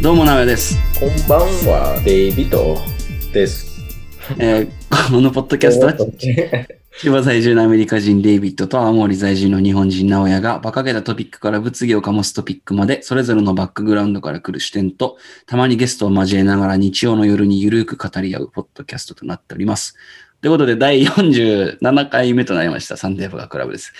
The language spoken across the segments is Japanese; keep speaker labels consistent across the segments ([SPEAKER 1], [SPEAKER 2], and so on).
[SPEAKER 1] どうも、なおや です。
[SPEAKER 2] こんばんは、デイビットです。
[SPEAKER 1] えーこのポッドキャストは、千葉在住のアメリカ人デイビッドと青森在住の日本人直哉が馬鹿げたトピックから物議を醸すトピックまでそれぞれのバックグラウンドから来る視点とたまにゲストを交えながら日曜の夜にゆるく語り合うポッドキャストとなっております。ということで第47回目となりましたサンデーバガークラブです。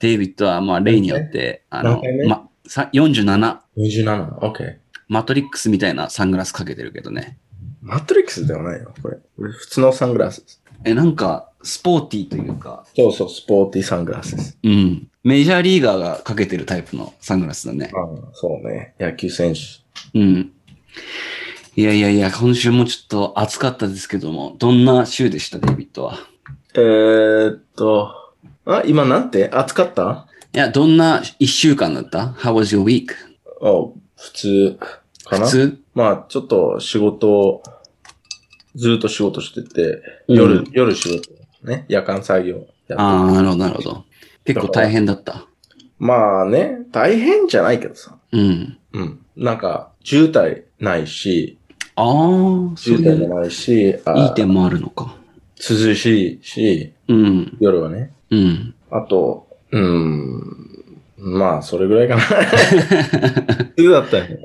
[SPEAKER 1] デイビッドはまあ例によってあの
[SPEAKER 2] 何回目、
[SPEAKER 1] ま、さ47
[SPEAKER 2] 27、OK。
[SPEAKER 1] マトリックスみたいなサングラスかけてるけどね。
[SPEAKER 2] マトリックスではないよ、これ。俺普通のサングラスです。
[SPEAKER 1] え、なんかスポーティーというか
[SPEAKER 2] そうそう、スポーティーサングラスです。
[SPEAKER 1] うん。メジャーリーガーがかけてるタイプのサングラスだね
[SPEAKER 2] あ。あ、そうね。野球選手。
[SPEAKER 1] うん。いやいやいや、今週もちょっと暑かったですけども、どんな週でした、デイビッドは。
[SPEAKER 2] えー、っと、あ、今なんて暑かった
[SPEAKER 1] いや、どんな一週間だった ?How was your week?
[SPEAKER 2] あ、普通かな
[SPEAKER 1] 普通
[SPEAKER 2] まあ、ちょっと仕事を、ずっと仕事してて、
[SPEAKER 1] うん
[SPEAKER 2] 夜、夜仕事。ね、夜間作業やって
[SPEAKER 1] ああ、なるほど、なるほど。結構大変だった。
[SPEAKER 2] まあね、大変じゃないけどさ。
[SPEAKER 1] うん。
[SPEAKER 2] うん。なんか、渋滞ないし、
[SPEAKER 1] ああ、そう
[SPEAKER 2] 渋
[SPEAKER 1] い
[SPEAKER 2] 滞
[SPEAKER 1] う、
[SPEAKER 2] もないし、
[SPEAKER 1] い
[SPEAKER 2] あ
[SPEAKER 1] い点もあるのか。
[SPEAKER 2] 涼しいし、
[SPEAKER 1] うん。
[SPEAKER 2] 夜はね。
[SPEAKER 1] うん。
[SPEAKER 2] あと、うーん、まあ、それぐらい かな。普通だったよね。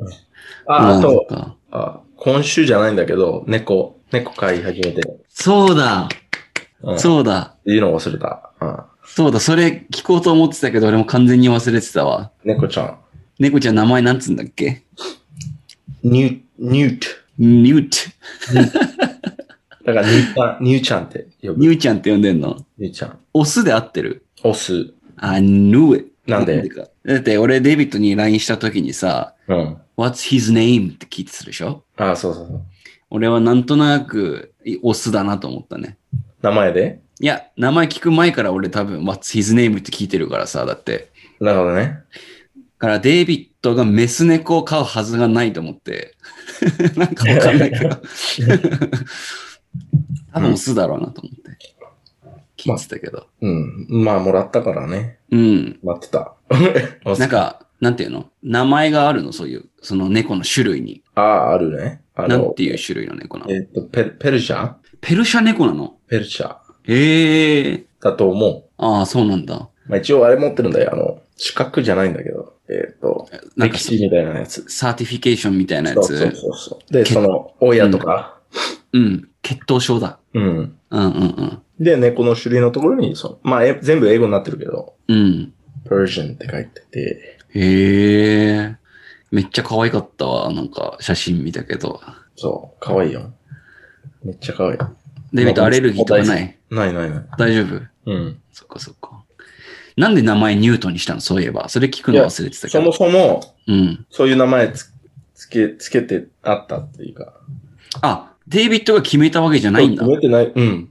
[SPEAKER 2] あ、あ
[SPEAKER 1] ま
[SPEAKER 2] と、
[SPEAKER 1] そっか
[SPEAKER 2] あ今週じゃないんだけど、猫、猫飼い始めて。
[SPEAKER 1] そうだ、
[SPEAKER 2] うん、
[SPEAKER 1] そうだ、
[SPEAKER 2] う。いうのを忘れた。うん。
[SPEAKER 1] そうだ、それ聞こうと思ってたけど、俺も完全に忘れてたわ。
[SPEAKER 2] 猫ちゃん。
[SPEAKER 1] 猫ちゃん名前なんつうんだっけ
[SPEAKER 2] ニュ、ニュート。
[SPEAKER 1] ニュート。
[SPEAKER 2] だから、ニューちゃん、ニューちゃんって呼ぶ。
[SPEAKER 1] ニューちゃんって呼んでんの
[SPEAKER 2] ニューちゃん。
[SPEAKER 1] オスで合ってる
[SPEAKER 2] オス。
[SPEAKER 1] あ、ヌー
[SPEAKER 2] なんで
[SPEAKER 1] かだって俺デイビッドに LINE した時にさ、
[SPEAKER 2] うん。
[SPEAKER 1] What's his name? って聞いてたでしょ
[SPEAKER 2] あそうそうそう。
[SPEAKER 1] 俺はなんとなくいオスだなと思ったね。
[SPEAKER 2] 名前で
[SPEAKER 1] いや、名前聞く前から俺多分 What's his name? って聞いてるからさ、だって。
[SPEAKER 2] なるほどね。
[SPEAKER 1] だからデイビッドがメス猫を飼うはずがないと思って。 なんかわかんないけ ど。多分オスだろうなと思って。聞いてたけど。
[SPEAKER 2] うん。まあ、もらったからね。
[SPEAKER 1] うん。
[SPEAKER 2] 待ってた。
[SPEAKER 1] なんか、なんていうの名前があるのそういう、その猫の種類に。
[SPEAKER 2] ああ、あるね。あ
[SPEAKER 1] なんていう
[SPEAKER 2] う。
[SPEAKER 1] 種類の猫なの
[SPEAKER 2] えっと、ペルペルシャ
[SPEAKER 1] ペルシャ猫なの
[SPEAKER 2] ペルシャ
[SPEAKER 1] へえー。
[SPEAKER 2] だと思う。
[SPEAKER 1] ああ、そうなんだ。
[SPEAKER 2] まあ、一応あれ持ってるんだよ。あの、資格じゃないんだけど。えっと、
[SPEAKER 1] なんか
[SPEAKER 2] 歴、史みたいなやつ。
[SPEAKER 1] サーティフィケーションみたいなや
[SPEAKER 2] そう
[SPEAKER 1] つ。
[SPEAKER 2] そうそうそう。で、その、親とか。
[SPEAKER 1] うん。血統症だ。
[SPEAKER 2] うん。
[SPEAKER 1] うんうんうん。
[SPEAKER 2] で、猫の種類のところに、その、まあ、え全部英語になってるけど、
[SPEAKER 1] うん。
[SPEAKER 2] Persian って書いてて、
[SPEAKER 1] へえー。めっちゃ可愛かったわ。なんか、写真見たけど。
[SPEAKER 2] そう、かわいいよ。めっちゃかわいい。
[SPEAKER 1] デイビッド、
[SPEAKER 2] まあ
[SPEAKER 1] アレルギーとかない
[SPEAKER 2] ないないない。
[SPEAKER 1] 大丈夫
[SPEAKER 2] うん。
[SPEAKER 1] そっかそっか。なんで名前ニュートンにしたのそういえば。それ聞くの忘れてたけ
[SPEAKER 2] そ
[SPEAKER 1] ど
[SPEAKER 2] も。そも、
[SPEAKER 1] うん。
[SPEAKER 2] そういう名前つつけ、つけてあったっていうか。
[SPEAKER 1] あ、デイビッドが決めたわけじゃないんだ。
[SPEAKER 2] 覚えてない。うん。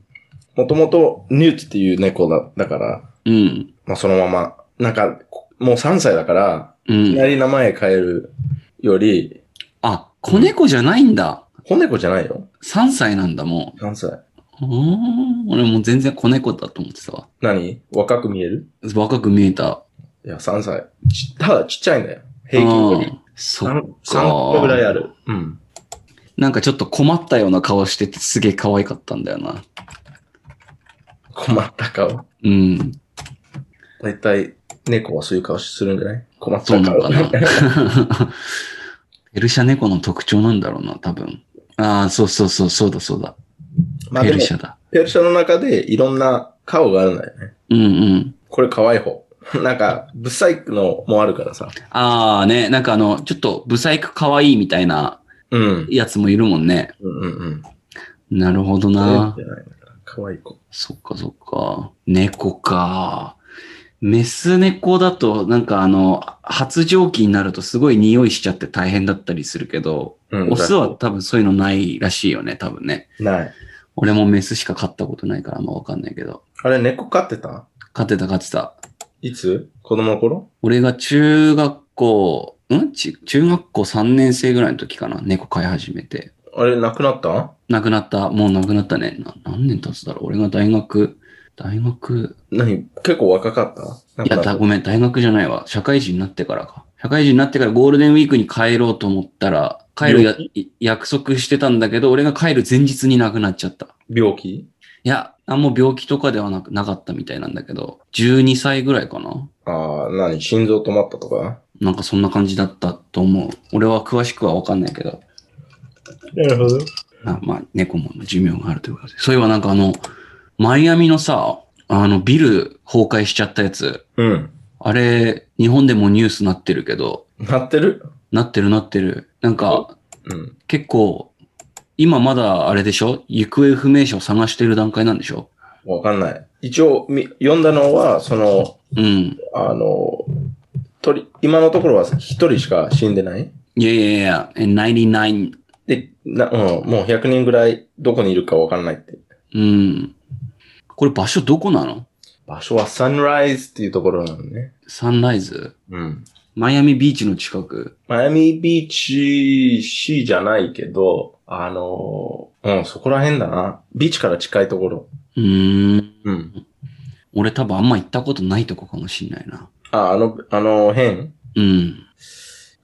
[SPEAKER 2] もともと、ニューツっていう猫だだから、
[SPEAKER 1] うん。
[SPEAKER 2] まあそのまま。なんか、こもう3歳だから、
[SPEAKER 1] う。
[SPEAKER 2] いきなんり名前変えるより、
[SPEAKER 1] あ、子猫じゃないんだ。
[SPEAKER 2] 子猫じゃないよ。
[SPEAKER 1] 3歳なんだ、も
[SPEAKER 2] 3歳。
[SPEAKER 1] う。うーん。俺もう全然子猫だと思ってたわ。
[SPEAKER 2] 何若く見える
[SPEAKER 1] 若く見えた。
[SPEAKER 2] いや、3歳。ちただちっちゃいんだよ。平均よ
[SPEAKER 1] う
[SPEAKER 2] り。
[SPEAKER 1] ん。そ
[SPEAKER 2] 3
[SPEAKER 1] う。
[SPEAKER 2] 個ぐらいある。うん。
[SPEAKER 1] なんかちょっと困ったような顔しててすげえ可愛かったんだよな。
[SPEAKER 2] 困った顔。
[SPEAKER 1] うん。
[SPEAKER 2] だいたい、猫はそういう顔するんじゃない困っ
[SPEAKER 1] そう
[SPEAKER 2] た
[SPEAKER 1] な
[SPEAKER 2] 顔
[SPEAKER 1] の。か な。ペルシャ猫の特徴なんだろうな、多分。ああ、そうそうそう、そうだそうだ。
[SPEAKER 2] まあ
[SPEAKER 1] ペ
[SPEAKER 2] でも
[SPEAKER 1] ル、シャだ。
[SPEAKER 2] ペルシャの中でいろんな顔があるんだよね。
[SPEAKER 1] うんうん。
[SPEAKER 2] これ可愛い方。なんか、ブサイクのもあるからさ。
[SPEAKER 1] ああね、なんかあの、ちょっとブサイク可愛いみたいな
[SPEAKER 2] うん。うん
[SPEAKER 1] やつもいるもんね。
[SPEAKER 2] うんうん。
[SPEAKER 1] なるほどな
[SPEAKER 2] 可愛い。じゃないのかな可愛い子。
[SPEAKER 1] そっかそっか。猫か。メス猫だと、なんかあの、発情期になるとすごい匂いしちゃって大変だったりするけど、
[SPEAKER 2] うん
[SPEAKER 1] オスは多分そういうのないらしいよね、多分ね。
[SPEAKER 2] ない。
[SPEAKER 1] 俺もメスしか飼ったことないからあんまわかんないけど。
[SPEAKER 2] あれ、猫飼ってた
[SPEAKER 1] 飼ってた飼ってた。
[SPEAKER 2] いつ子供の頃
[SPEAKER 1] 俺が中学校、んち中学校3年生ぐらいの時かな、猫飼い始めて。
[SPEAKER 2] あれ、亡くなった
[SPEAKER 1] 亡くなった、もう亡くなったね。な何年経つだろう俺が大学、大学、
[SPEAKER 2] 何結構若かった
[SPEAKER 1] いや、
[SPEAKER 2] なんか
[SPEAKER 1] だごめん、大学じゃないわ。社会人になってからか。社会人になってからゴールデンウィークに帰ろうと思ったら、帰るや約束してたんだけど、俺が帰る前日に亡くなっちゃった。
[SPEAKER 2] 病気
[SPEAKER 1] いや、あんま病気とかではなくなかったみたいなんだけど、12歳ぐらいかな
[SPEAKER 2] ああ、何心臓止まったとか
[SPEAKER 1] なんかそんな感じだったと思う。俺は詳しくはわかんないけど、
[SPEAKER 2] なるほど。
[SPEAKER 1] あまあ、猫も寿命があるということで。そういえばなんかあの、マイアミのさ、あの、ビル崩壊しちゃったやつ、
[SPEAKER 2] うん。
[SPEAKER 1] あれ、日本でもニュースなってるけど、
[SPEAKER 2] なってる
[SPEAKER 1] なってるなってる。なんか、
[SPEAKER 2] うん。
[SPEAKER 1] 結構、今まだあれでしょ行方不明者を探してる段階なんでしょ
[SPEAKER 2] わかんない。一応、み読んだのは、その、
[SPEAKER 1] うん。
[SPEAKER 2] あの、とり、今のところは一人しか死んでない
[SPEAKER 1] いやいやいや、え99。
[SPEAKER 2] で、な、うん、もう100人ぐらいどこにいるかわかんないって。
[SPEAKER 1] うん。これ場所どこなの
[SPEAKER 2] 場所はサンライズっていうところなのね。
[SPEAKER 1] サンライズ
[SPEAKER 2] うん。
[SPEAKER 1] マイアミビーチの近く。
[SPEAKER 2] マイアミビーチ市じゃないけど、あの、うん、そこら辺だな。ビーチから近いところ。
[SPEAKER 1] うーん。
[SPEAKER 2] うん。
[SPEAKER 1] 俺多分あんま行ったことないとこかもしんないな。
[SPEAKER 2] あ、あの、あの辺
[SPEAKER 1] うん。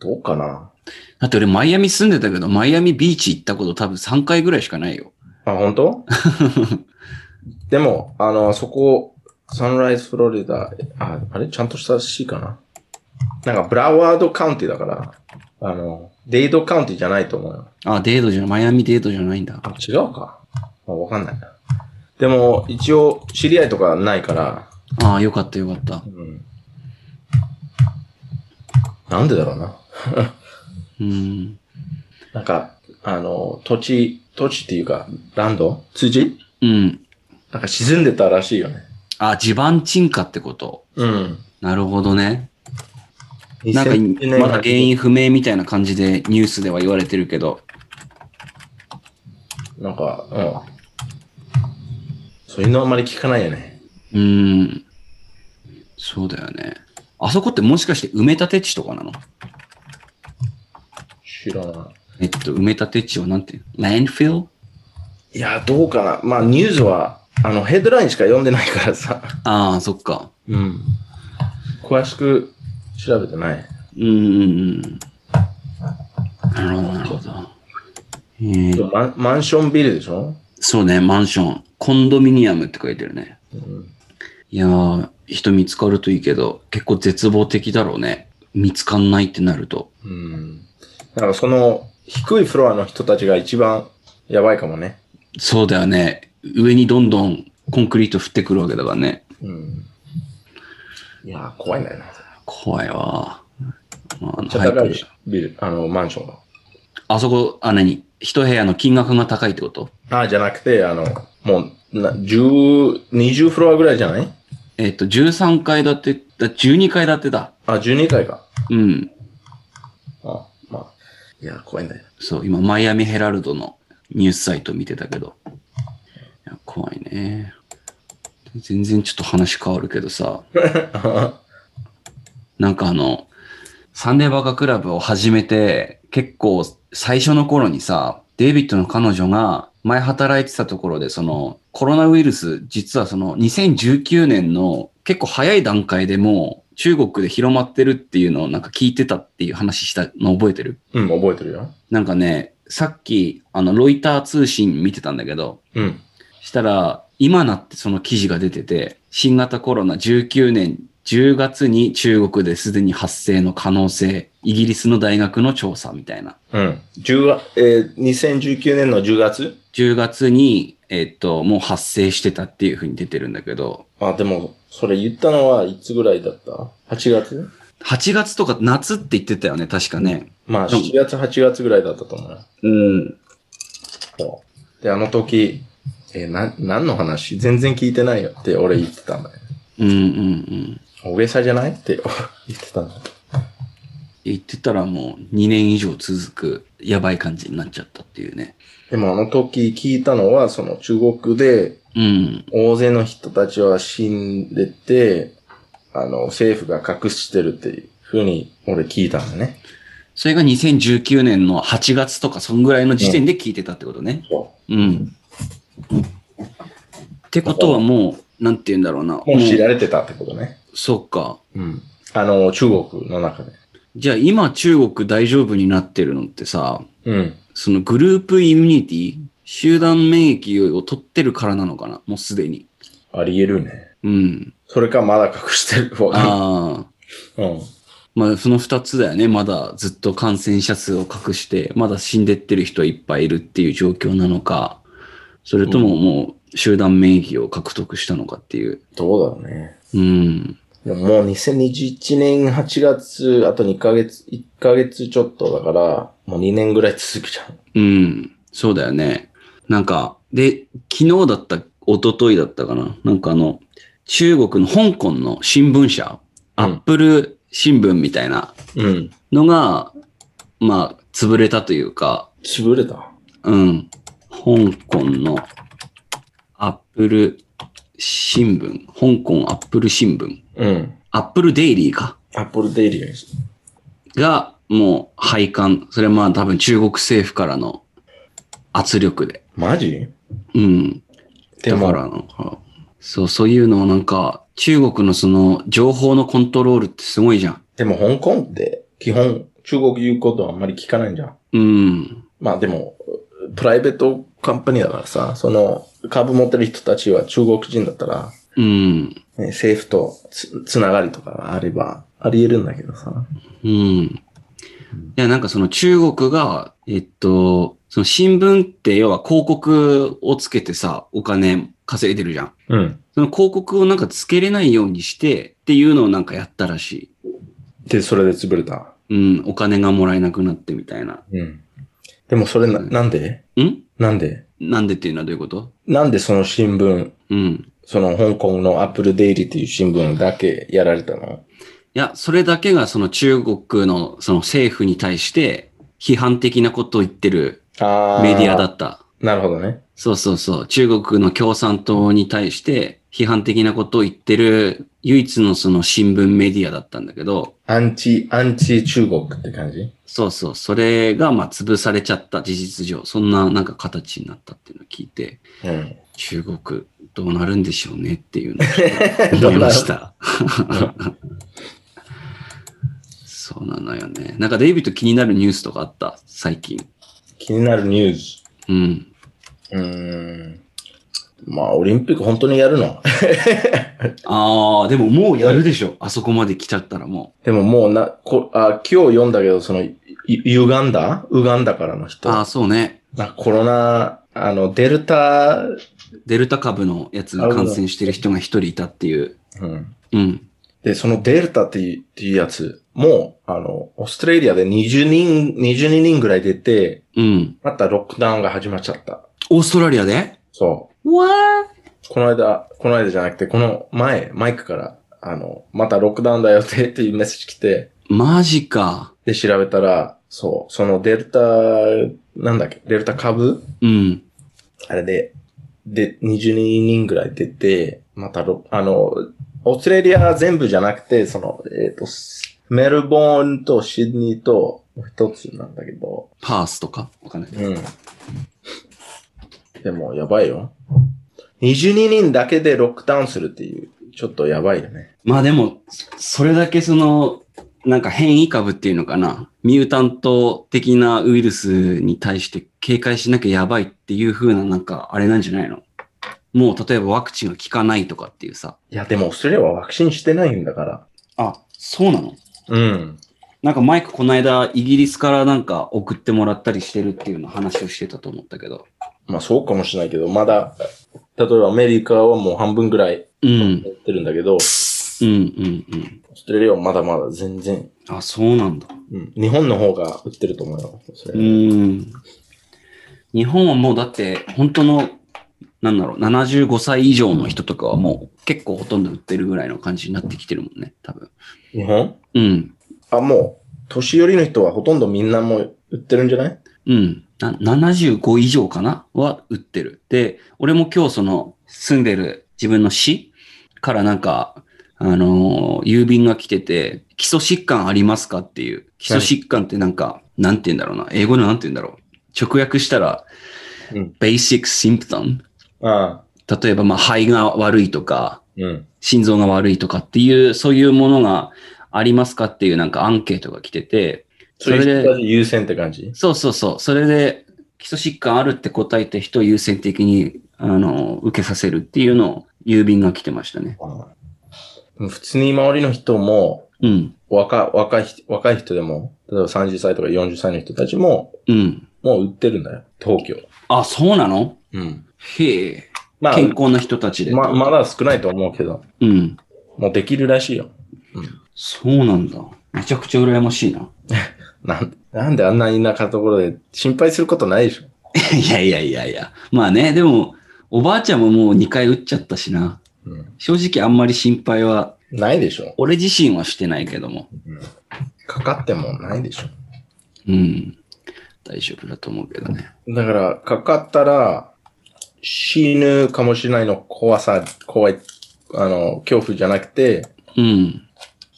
[SPEAKER 2] どうかな
[SPEAKER 1] だって俺マイアミ住んでたけど、マイアミビーチ行ったこと多分3回ぐらいしかないよ。
[SPEAKER 2] あ、本 当でも、あの、そこ、サンライズフロリダ、あ、あれちゃんとした市かななんか、ブラワードカウンティだから、あの、デイドカウンティじゃないと思うよ。
[SPEAKER 1] あ、デートじゃ、マイアミデートじゃないんだ。
[SPEAKER 2] あ、違うか。あわかんないな。でも、一応、知り合いとかないから、
[SPEAKER 1] ああ、よかったよかった
[SPEAKER 2] う。ん。なんでだろうな。
[SPEAKER 1] うん。
[SPEAKER 2] なんか、あの、土地、土地っていうか、ランド土
[SPEAKER 1] うん。
[SPEAKER 2] なんか沈んでたらしいよね。
[SPEAKER 1] あ、地盤沈下ってこと。
[SPEAKER 2] うん。
[SPEAKER 1] なるほどね。なんか、
[SPEAKER 2] 2000年
[SPEAKER 1] まだ原因不明みたいな感じでニュースでは言われてるけど。
[SPEAKER 2] なんか、うん。そういうのあんまり聞かないよね。
[SPEAKER 1] うーん。そうだよね。あそこってもしかして埋め立て地とかなの
[SPEAKER 2] 知らな
[SPEAKER 1] えっと、埋め立て地はなんていうの ?landfill?
[SPEAKER 2] い。いや、どうかな。まあ、ニュースは、あの、ヘッドラインしか読んでないからさ。
[SPEAKER 1] ああ、そっか。
[SPEAKER 2] うん。詳しく調べてない。
[SPEAKER 1] うんうんうん。なるほど、なるほど。えー
[SPEAKER 2] マンマンションビルでしょ
[SPEAKER 1] そうね、マンション。コンドミニアムって書いてるね。
[SPEAKER 2] うん。
[SPEAKER 1] いやー、人見つかるといいけど、結構絶望的だろうね。見つかんないってなると。
[SPEAKER 2] うん。だからその、低いフロアの人たちが一番やばいかもね。
[SPEAKER 1] そうだよね。上にどんどんコンクリート降ってくるわけだからね。
[SPEAKER 2] うん。いや、怖いんだよな。
[SPEAKER 1] 怖いわ。まあ、
[SPEAKER 2] めっちゃ高
[SPEAKER 1] 早
[SPEAKER 2] い
[SPEAKER 1] く
[SPEAKER 2] しビル、あの、マンションが。
[SPEAKER 1] あそこ、あ、何一部屋の金額が高いってこと
[SPEAKER 2] ああ、じゃなくて、あの、もう、な、十、二十フロアぐらいじゃない
[SPEAKER 1] えっ、と、13階建て、だ12階建てだ。
[SPEAKER 2] あ、12階か。
[SPEAKER 1] うん。
[SPEAKER 2] あ、まあ。いや、怖いんだよ。
[SPEAKER 1] そう、今、マイアミヘラルドのニュースサイト見てたけど。いや、怖いね。全然ちょっと話変わるけどさ、なんかあの、サンデーバカクラブを始めて、結構最初の頃にさ、デイビッドの彼女が前働いてたところで、そのコロナウイルス、実はその2019年の結構早い段階でもう中国で広まってるっていうのをなんか聞いてたっていう話したの覚えてる
[SPEAKER 2] うん、覚えてるよ。
[SPEAKER 1] なんかね、さっきあのロイター通信見てたんだけど、
[SPEAKER 2] うん。
[SPEAKER 1] したら、今なってその記事が出てて、新型コロナ19年10月に中国ですでに発生の可能性、イギリスの大学の調査みたいな。
[SPEAKER 2] うん。10わ、えー、2019年の10月
[SPEAKER 1] 10月に、えっと、もう発生してたっていうふうに出てるんだけど、
[SPEAKER 2] あ、でも、それ言ったのはいつぐらいだった ?8 月
[SPEAKER 1] 8月とか夏って言ってたよね、確かね。
[SPEAKER 2] まあ、
[SPEAKER 1] うん
[SPEAKER 2] 7月、8月ぐらいだったと思うよ
[SPEAKER 1] うん。
[SPEAKER 2] そう。で、あの時、えー、な、何の話全然聞いてないよって俺言ってたんだよ。
[SPEAKER 1] うんうんうん。
[SPEAKER 2] 大げさじゃないって 言ってたんだよ。
[SPEAKER 1] 言ってたらもう2年以上続く、やばい感じになっちゃったっていうね。
[SPEAKER 2] でもあの時聞いたのは、その中国で、
[SPEAKER 1] うん。
[SPEAKER 2] 大勢の人たちは死んでて、あの、政府が隠してるっていうふうに俺聞いたんだね。
[SPEAKER 1] それが2019年の8月とか、そんぐらいの時点で聞いてたってことね。
[SPEAKER 2] そ
[SPEAKER 1] うん。ってことはもう、なんて言うんだろうな。
[SPEAKER 2] う。もう知
[SPEAKER 1] も
[SPEAKER 2] られてたってことね。
[SPEAKER 1] うそうか。
[SPEAKER 2] うん。あの、中国の中で。
[SPEAKER 1] じゃあ今中国大丈夫になってるのってさ、
[SPEAKER 2] うん。
[SPEAKER 1] そのグループイミュニティ、集団免疫を取ってるからなのかなもうすでに。
[SPEAKER 2] あり得るね。
[SPEAKER 1] うん。
[SPEAKER 2] それかまだ隠してる。わか
[SPEAKER 1] ああ。
[SPEAKER 2] んない。うん。
[SPEAKER 1] まあその二つだよね。まだずっと感染者数を隠して、まだ死んでってる人いっぱいいるっていう状況なのか、それとももう集団免疫を獲得したのかっていう。
[SPEAKER 2] どうだろうね。
[SPEAKER 1] うん。
[SPEAKER 2] でももう2021年8月、あと2ヶ月、1ヶ月ちょっとだから、もう2年ぐらい続くじゃん。
[SPEAKER 1] うん。そうだよね。なんか、で、昨日だった、一昨日だったかな。なんかあの、中国の香港の新聞社、
[SPEAKER 2] うん
[SPEAKER 1] アップル新聞みたいな
[SPEAKER 2] うん。
[SPEAKER 1] のが、まあ、潰れたというか、
[SPEAKER 2] 潰れた。
[SPEAKER 1] うん。香港のアップル新聞。香港アップル新聞。
[SPEAKER 2] うん。
[SPEAKER 1] アップルデイリーか。
[SPEAKER 2] アップルデイリーです。
[SPEAKER 1] が、もう廃刊。それはまあ多分中国政府からの圧力で。
[SPEAKER 2] マジ
[SPEAKER 1] うん。
[SPEAKER 2] で
[SPEAKER 1] だ
[SPEAKER 2] も
[SPEAKER 1] からなんか、そう、そういうのをなんか、中国のその情報のコントロールってすごいじゃん。
[SPEAKER 2] でも香港って基本中国言うことはあんまり聞かないじゃん。
[SPEAKER 1] うん。
[SPEAKER 2] まあでも、プライベートカンパニーだからさ、その株持ってる人たちは中国人だったら、
[SPEAKER 1] うん。
[SPEAKER 2] ね、政府とつつながりとかがあればあり得るんだけどさ。
[SPEAKER 1] うん。いや、なんかその中国が、えっと、その新聞って要は広告をつけてさ、お金稼いでるじゃん。
[SPEAKER 2] うん。
[SPEAKER 1] その広告をなんかつけれないようにしてっていうのをなんかやったらし
[SPEAKER 2] で、それで潰れた。
[SPEAKER 1] い。うん、お金がもらえなくなってみたいな。
[SPEAKER 2] うん。でもそれな、
[SPEAKER 1] うん
[SPEAKER 2] なんで
[SPEAKER 1] ん
[SPEAKER 2] なんで
[SPEAKER 1] なんでっていうのはどういうこと
[SPEAKER 2] なんでその新聞、
[SPEAKER 1] うん。
[SPEAKER 2] その香港のアップルデイリーっていう新聞だけやられたの
[SPEAKER 1] いや、それだけがその中国のその政府に対して批判的なことを言ってる
[SPEAKER 2] あー
[SPEAKER 1] メディアだ。った。
[SPEAKER 2] なるほどね。
[SPEAKER 1] そうそうそう。中国の共産党に対して批判的なことを言ってる唯一のその新聞メディアだったんだけど、
[SPEAKER 2] アンチ、アンチ中国って感じ
[SPEAKER 1] そうそう。それがまあ潰されちゃった事実上。そんななんか形になったっていうのを聞いて、
[SPEAKER 2] うん。
[SPEAKER 1] 中国どうなるんでしょうねっていうのを思いました。そうなのよね。なんかデイビッド気になるニュースとかあった最近。
[SPEAKER 2] 気になるニュース。
[SPEAKER 1] うん。
[SPEAKER 2] うーん。まあ、オリンピック本当にやるの
[SPEAKER 1] ああ、でももうやるでしょ。あそこまで来ちゃったらも
[SPEAKER 2] でももうな、こあ今日読んだけど、その、いユガンダウガンダからの
[SPEAKER 1] う。
[SPEAKER 2] 人。
[SPEAKER 1] ああ、そうね。
[SPEAKER 2] なんかコロナ、あの、デルタ、う
[SPEAKER 1] デルタ株のやつが感染してる人が一人いたっていう。
[SPEAKER 2] ん。
[SPEAKER 1] うん。
[SPEAKER 2] で、そのデルタっていうっていうやつも、あの、オーストラリアで20人、22人ぐらい出て、
[SPEAKER 1] うん。
[SPEAKER 2] またロックダウンが始まっちゃった。
[SPEAKER 1] オーストラリアで
[SPEAKER 2] そう。
[SPEAKER 1] わ
[SPEAKER 2] この間、この間じゃなくて、この前、マイクから、あの、またロックダウンだよってっていうメッセージ来て、
[SPEAKER 1] マジか。
[SPEAKER 2] で、調べたら、そう、そのデルタ、なんだっけ、デルタ株
[SPEAKER 1] うん。
[SPEAKER 2] あれで、で、22人ぐらい出て、またロ、あの、オーストラリア全部じゃなくて、その、えっ、と、メルボーンとシドニーと、もう一つなんだけど、
[SPEAKER 1] パースとかわかんない。
[SPEAKER 2] うん。でも、やばいよ。22人だけでロックダウンするっていう、ちょっとやばいよね。
[SPEAKER 1] まあでも、それだけその、なんか変異株っていうのかな、ミュータント的なウイルスに対して警戒しなきゃやばいっていう風な、なんかあれなんじゃないのもう例えばワクチンが効かないとかっていうさ。
[SPEAKER 2] いや、でも、それはワクチンしてないんだから。
[SPEAKER 1] あ、そうなの
[SPEAKER 2] うん。
[SPEAKER 1] なんかマイクこの間イギリスからなんか送ってもらったりしてるっていうの話をしてたと思ったけど。
[SPEAKER 2] まあ、そうかもしれないけど、まだ、例えばアメリカはもう半分ぐらい
[SPEAKER 1] うん。
[SPEAKER 2] やってるんだけど、オー
[SPEAKER 1] うんうんうん。
[SPEAKER 2] ストラリアはまだまだ全然、
[SPEAKER 1] あ、そうなんだ。
[SPEAKER 2] うん。日本の方が売ってると思うよ。そうれ
[SPEAKER 1] ん。日本はもうだって、本当の、なんだろう、75歳以上の人とかはもう結構ほとんど売ってるぐらいの感じになってきてるもんね、多分。
[SPEAKER 2] 日本
[SPEAKER 1] うん。
[SPEAKER 2] あ、もう、年寄りの人はほとんどみんなもう売ってるんじゃない
[SPEAKER 1] うん。な75以上かなは売ってる。で、俺も今日その住んでる自分の市からなんか、あのー郵便が来てて、基礎疾患ありますかっていう。基礎疾患ってなんか、なんて言うんだろうな。英語のなんて言うんだろう。直訳したら、
[SPEAKER 2] うん。
[SPEAKER 1] basic symptom
[SPEAKER 2] ああ。
[SPEAKER 1] 例えば、まあ、肺が悪いとか、
[SPEAKER 2] うん。
[SPEAKER 1] 心臓が悪いとかっていう、そういうものがありますかっていうなんかアンケートが来てて、
[SPEAKER 2] それで優先って感じ
[SPEAKER 1] そうそうそう、それで基礎疾患あるって答えた人を優先的に、あの、受けさせるっていうのを郵便が来てましたね。
[SPEAKER 2] うん普通に周りの人も、
[SPEAKER 1] うん、
[SPEAKER 2] 若、若い人、若い人でも、例えば30歳とか40歳の人たちも、
[SPEAKER 1] うん。
[SPEAKER 2] もう売ってるんだよ。東京。
[SPEAKER 1] あ、そうなの
[SPEAKER 2] うん。
[SPEAKER 1] へえ。
[SPEAKER 2] まあ、
[SPEAKER 1] 健康な人たちで。
[SPEAKER 2] ま、まだ少ないと思うけど、
[SPEAKER 1] うん。
[SPEAKER 2] もうできるらしいよ。
[SPEAKER 1] そうなんだ。めちゃくちゃ羨ましいな。
[SPEAKER 2] なんなんであんな田舎のところで心配することないでしょ。
[SPEAKER 1] いやいやいやいや。まあね、でも、おばあちゃんももう2回打っちゃったしな。
[SPEAKER 2] うん。
[SPEAKER 1] 正直あんまり心配は、
[SPEAKER 2] ないでしょ。
[SPEAKER 1] 俺自身はしてないけども。
[SPEAKER 2] かかってもないでしょ。
[SPEAKER 1] うん。大丈夫だと思うけどね。
[SPEAKER 2] だから、かかったら、死ぬかもしれないの怖さ、怖い、あの、恐怖じゃなくて、
[SPEAKER 1] うん。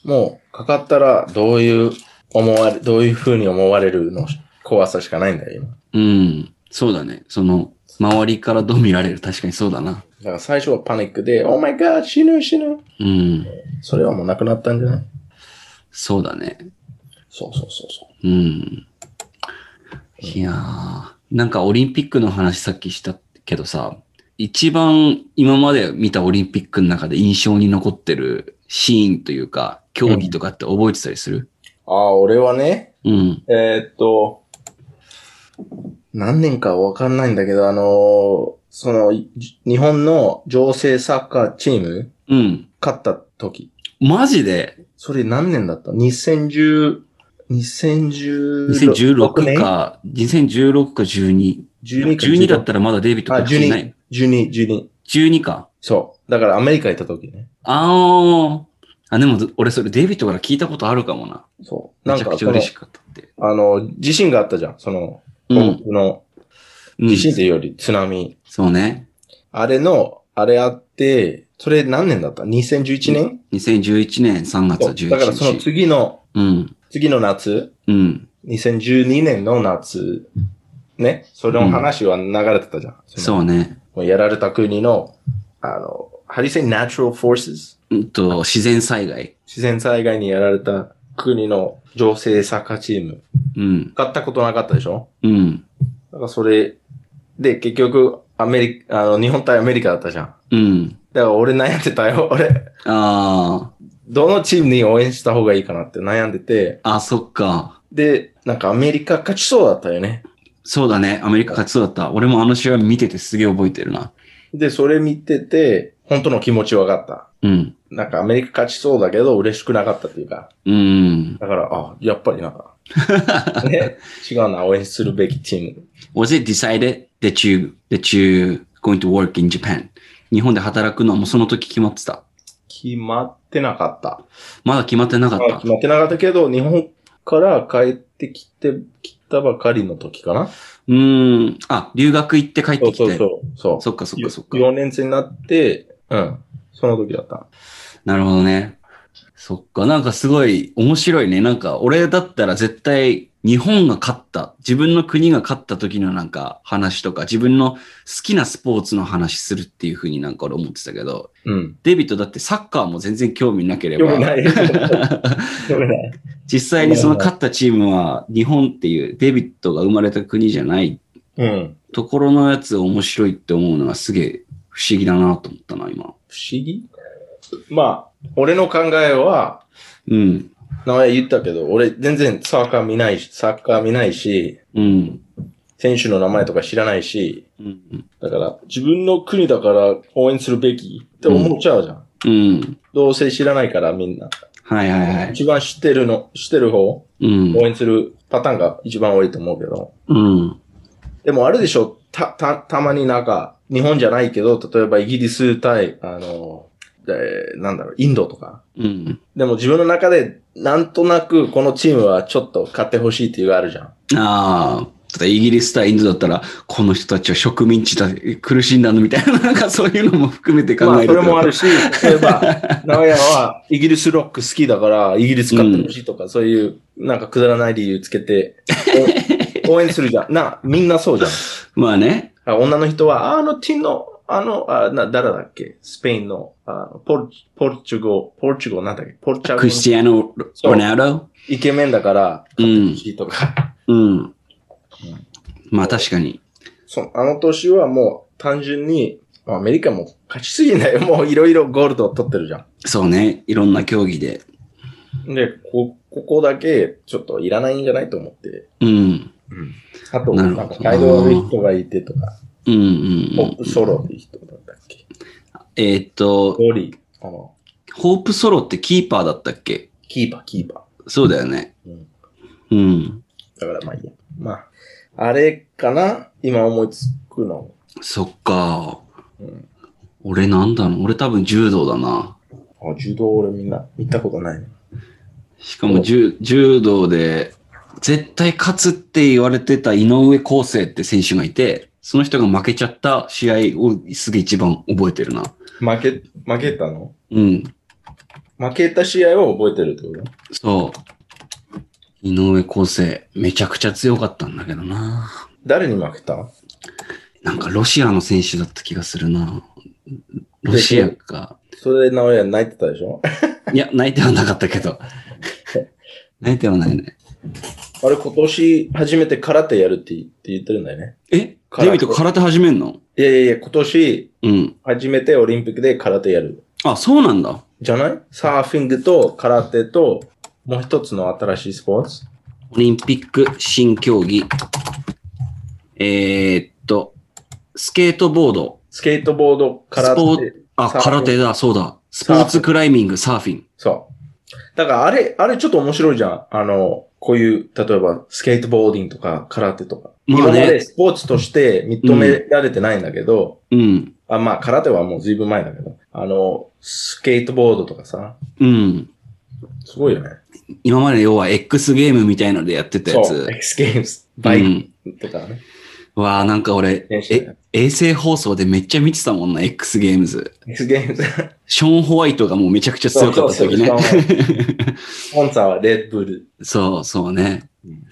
[SPEAKER 2] もう、かかったら、どういう、思われ、どういう風に思われるの怖さしかないんだよ、今。
[SPEAKER 1] うん。そうだね。その、周りからどう見られる確かにそうだな。
[SPEAKER 2] だから最初はパニックで、Oh my god, 死ぬ死ぬ。
[SPEAKER 1] うん。
[SPEAKER 2] それはもうなくなったんじゃない
[SPEAKER 1] そうだね。
[SPEAKER 2] そうそうそうそ
[SPEAKER 1] うん。いやー、なんかオリンピックの話さっきしたけどさ、一番今まで見たオリンピックの中で印象に残ってるシーンというか、競技とかって覚えてたりする
[SPEAKER 2] う。ああ、俺はね、
[SPEAKER 1] うん。
[SPEAKER 2] えーっと、何年かわかんないんだけど、あのーその、い日本の女性サッカーチーム、
[SPEAKER 1] うん。
[SPEAKER 2] 勝った時。
[SPEAKER 1] マジで
[SPEAKER 2] それ何年だった ?2010、2016
[SPEAKER 1] 2016
[SPEAKER 2] 年
[SPEAKER 1] か、2016か12。
[SPEAKER 2] 12か
[SPEAKER 1] 12だったらまだデイビット
[SPEAKER 2] あ、
[SPEAKER 1] 関係ない
[SPEAKER 2] 12。、12、12。
[SPEAKER 1] 12か。
[SPEAKER 2] そう。だからアメリカ行った時ね。
[SPEAKER 1] あー。あ、でも俺それデイビットから聞いたことあるかもな。
[SPEAKER 2] そう。な
[SPEAKER 1] め
[SPEAKER 2] ん
[SPEAKER 1] ちゃく
[SPEAKER 2] か
[SPEAKER 1] ち
[SPEAKER 2] そ
[SPEAKER 1] ゃ
[SPEAKER 2] の
[SPEAKER 1] 嬉しかったって。
[SPEAKER 2] あの、地震があったじゃん。その、
[SPEAKER 1] うん。
[SPEAKER 2] の、
[SPEAKER 1] う
[SPEAKER 2] 地
[SPEAKER 1] ん。
[SPEAKER 2] 震というより津波。
[SPEAKER 1] そうね。
[SPEAKER 2] あれの、あれあって、それ何年だった ?2011 年、
[SPEAKER 1] 2011年3月
[SPEAKER 2] そうだからその
[SPEAKER 1] 11日。
[SPEAKER 2] 次の、
[SPEAKER 1] うん。
[SPEAKER 2] 次の夏、
[SPEAKER 1] うん。
[SPEAKER 2] 2012年の夏、ね。それの話は流れてたじゃん。う。
[SPEAKER 1] そうね。
[SPEAKER 2] もうやられた国の、あの、how do you say natural forces?
[SPEAKER 1] うんと、自然災害。
[SPEAKER 2] 自然災害にやられた国の女性サッカーチーム。
[SPEAKER 1] うん。
[SPEAKER 2] 買ったことなかったでしょ
[SPEAKER 1] うん。
[SPEAKER 2] だからそれ、で、結局、アメリカ、あの、日本対アメリカだったじゃん。だか
[SPEAKER 1] うん。
[SPEAKER 2] ら俺悩んでたよ。俺、
[SPEAKER 1] あ
[SPEAKER 2] どのチームに応援した方がいいかなって悩んでて、
[SPEAKER 1] あ、あ、そっか。
[SPEAKER 2] で、なんかアメリカ勝ちそうだったよね。
[SPEAKER 1] そうだね。アメリカ勝ちそうだった。俺もあの試合見ててすげえ覚えてるな。
[SPEAKER 2] で、それ見てて、本当の気持ち分かった。
[SPEAKER 1] うん。
[SPEAKER 2] なんかアメリカ勝ちそうだけど、嬉しくなかったっていうか。
[SPEAKER 1] うん。
[SPEAKER 2] だから、あ、やっぱりな んか、ね、違うな、応援するべきチーム。
[SPEAKER 1] Was it decided that you, that you going to work in Japan? 日本で働くのはもうその時決まってた。
[SPEAKER 2] 決まってなかった。
[SPEAKER 1] まだ決まってなかっ
[SPEAKER 2] まあ
[SPEAKER 1] た。
[SPEAKER 2] 決まってなかったけど、日本から帰ってきて、きたばかりの時かな。
[SPEAKER 1] うん。あ、留学行って帰っ
[SPEAKER 2] そ
[SPEAKER 1] て
[SPEAKER 2] う
[SPEAKER 1] き
[SPEAKER 2] そう
[SPEAKER 1] て。
[SPEAKER 2] そう。そう
[SPEAKER 1] そっかそっかそっか。
[SPEAKER 2] 4年生になって、うん。その時だった。
[SPEAKER 1] なるほどね。そっか、なんかすごい面白いね。なんか俺だったら絶対日本が勝った、自分の国が勝った時のなんか話とか、自分の好きなスポーツの話するっていう風になんか俺思ってたけど、
[SPEAKER 2] うん。
[SPEAKER 1] デイビッドだってサッカーも全然興味なけれ
[SPEAKER 2] 読
[SPEAKER 1] ば
[SPEAKER 2] め、ない。 読めない。
[SPEAKER 1] 実際にその勝ったチームは日本っていうデイビッドが生まれた国じゃない
[SPEAKER 2] うん。
[SPEAKER 1] ところのやつ面白いって思うのはすげえ不思議だなと思ったな、今。
[SPEAKER 2] 不思議まあ、俺の考えは、
[SPEAKER 1] うん、
[SPEAKER 2] 名前言ったけど、俺全然サッカー見ないし、サッカー見ないし、
[SPEAKER 1] うん、
[SPEAKER 2] 選手の名前とか知らないし、
[SPEAKER 1] うん、
[SPEAKER 2] だから自分の国だから応援するべきって思っちゃうじゃん。
[SPEAKER 1] うん。
[SPEAKER 2] どうせ知らないからみんな。
[SPEAKER 1] はいはいはい。
[SPEAKER 2] 一番知ってるの、知ってる方を
[SPEAKER 1] うん。
[SPEAKER 2] 応援するパターンが一番多いと思うけど。
[SPEAKER 1] うん。
[SPEAKER 2] でもあれでしょ、た、た、たまになんか、日本じゃないけど、例えばイギリス対、あの、えーなんだろう、インドとか。
[SPEAKER 1] うん。
[SPEAKER 2] でも自分の中で、なんとなくこのチームはちょっと勝ってほしいっていうのがあるじゃん。
[SPEAKER 1] ああ、ただイギリス対インドだったら、この人たちは植民地だ、苦しんだのみたいな、なんかそういうのも含めて考
[SPEAKER 2] まあ、
[SPEAKER 1] える
[SPEAKER 2] そ
[SPEAKER 1] と。
[SPEAKER 2] れもあるし、例えば、 名古屋はイギリスロック好きだから、イギリス勝ってほしいとか、そういう、なんかくだらない理由つけて、 お応援するじゃん。な、みんなそうじゃん。
[SPEAKER 1] まあね。
[SPEAKER 2] あ女の人は、ああのチームの、あの、あな誰だっけスペインの、あのポルポルチュゴ、ポルチュゴなんだっけポルチャゴ
[SPEAKER 1] クリスティアーノ・
[SPEAKER 2] そう
[SPEAKER 1] ロナウド
[SPEAKER 2] イケメンだから、
[SPEAKER 1] うん。
[SPEAKER 2] キーとか。
[SPEAKER 1] うん。まあ確かに。
[SPEAKER 2] そう、あの年はもう単純に、まあアメリカも勝ちすぎない。 もういろいろゴールドを取ってるじゃ
[SPEAKER 1] そうね。いろんな競技で。
[SPEAKER 2] ん。で、こ、ここだけちょっといらないんじゃないと思って。
[SPEAKER 1] うん。
[SPEAKER 2] うん。あと、
[SPEAKER 1] な
[SPEAKER 2] な
[SPEAKER 1] る
[SPEAKER 2] ん
[SPEAKER 1] ほど
[SPEAKER 2] かガイド悪い人がいてとか、
[SPEAKER 1] うんうん
[SPEAKER 2] ポ
[SPEAKER 1] う
[SPEAKER 2] ッ
[SPEAKER 1] ん。
[SPEAKER 2] プソロっていう人だったっけ
[SPEAKER 1] えーっと、
[SPEAKER 2] ゴリ、あの、
[SPEAKER 1] ホープソロってキーパーだったっけ
[SPEAKER 2] キーパー、キーパ
[SPEAKER 1] そうだよね。
[SPEAKER 2] ー。うん。
[SPEAKER 1] うん。
[SPEAKER 2] だからまあいいや。まあ、あれかな今思いつくの。
[SPEAKER 1] そっか。
[SPEAKER 2] うん。
[SPEAKER 1] 俺なんだろう。俺多分柔道だな。
[SPEAKER 2] あ、柔道俺みんな見たことないね。
[SPEAKER 1] しかも柔柔道で、絶対勝つって言われてた井上康生って選手がいて、その人が負けちゃった試合をすげえ一番覚えてるな。
[SPEAKER 2] 負け、負けたの
[SPEAKER 1] うん。
[SPEAKER 2] 負けた試合を覚えてるってこと
[SPEAKER 1] そう。井上康生、めちゃくちゃ強かったんだけどな。
[SPEAKER 2] 誰に負けた
[SPEAKER 1] なんかロシアの選手だった気がするな。ロシアか。
[SPEAKER 2] それで直哉泣いてたでしょ
[SPEAKER 1] いや、泣いてはなかったけ ど。泣いてはないね。
[SPEAKER 2] あれ今年初めて空手やるってって言ってるんだよね。
[SPEAKER 1] え
[SPEAKER 2] 空
[SPEAKER 1] デ
[SPEAKER 2] 手
[SPEAKER 1] ビット空手始めんの
[SPEAKER 2] いやいやいや、今年
[SPEAKER 1] うん。
[SPEAKER 2] 初めてオリンピックで空手やる。
[SPEAKER 1] あ、そうなんだ。
[SPEAKER 2] じゃないサーフィングと空手と、もう一つの新しいスポーツ
[SPEAKER 1] オリンピック新競技。えー、っと、スケートボード。
[SPEAKER 2] スケートボード、空
[SPEAKER 1] スポ
[SPEAKER 2] 手
[SPEAKER 1] ー。あ、
[SPEAKER 2] サーフィン
[SPEAKER 1] 空手だ、そうだ。スポーツクライミング、サーフィン。
[SPEAKER 2] そう。だからあれ、あれちょっと面白いじゃん。あの、こういう、例えばスケートボーディングとか空手とか。
[SPEAKER 1] ま
[SPEAKER 2] 今
[SPEAKER 1] あね
[SPEAKER 2] までスポーツとして認められてないんだけど、
[SPEAKER 1] うん。
[SPEAKER 2] あまあ空手はもう随分前だけど、あの、スケートボードとかさ、
[SPEAKER 1] うん。
[SPEAKER 2] すごいよね。
[SPEAKER 1] 今まで要は X ゲームみたいのでやってたや
[SPEAKER 2] そう
[SPEAKER 1] つ。
[SPEAKER 2] X ゲームズ、バイ
[SPEAKER 1] うん
[SPEAKER 2] クとかね。
[SPEAKER 1] わあ、なんか俺、
[SPEAKER 2] 電車
[SPEAKER 1] え衛星放送でめっちゃ見てたもんな、X ゲームズ。
[SPEAKER 2] X ゲームズ。
[SPEAKER 1] ショーン・ホワイトがもうめちゃくちゃ強かった時ね。
[SPEAKER 2] そうそうそうスポンサーはレッドブル。
[SPEAKER 1] そうそうね
[SPEAKER 2] うん。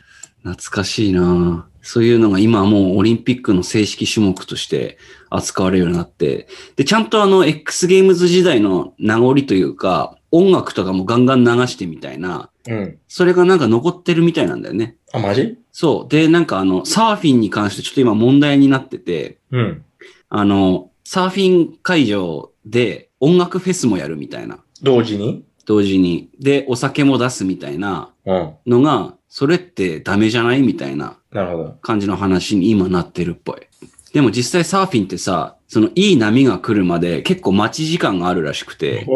[SPEAKER 1] 懐かしいなそういうのが今もうオリンピックの正式種目として扱われるようになって。で、ちゃんとあの X ゲームズ時代の名残というか、音楽とかもガンガン流してみたいな、
[SPEAKER 2] うん。
[SPEAKER 1] それがなんか残ってるみたいなんだよね。
[SPEAKER 2] あ、マジ
[SPEAKER 1] そう。で、なんかあの、サーフィンに関してちょっと今問題になってて、
[SPEAKER 2] うん。
[SPEAKER 1] あの、サーフィン会場で音楽フェスもやるみたいな、
[SPEAKER 2] 同時に
[SPEAKER 1] 同時に。で、お酒も出すみたいな
[SPEAKER 2] うん。
[SPEAKER 1] のが、それってダメじゃないみたいな
[SPEAKER 2] なるほど。
[SPEAKER 1] 感じの話に今なってるっぽい。でも実際サーフィンってさ、そのいい波が来るまで結構待ち時間があるらしくて、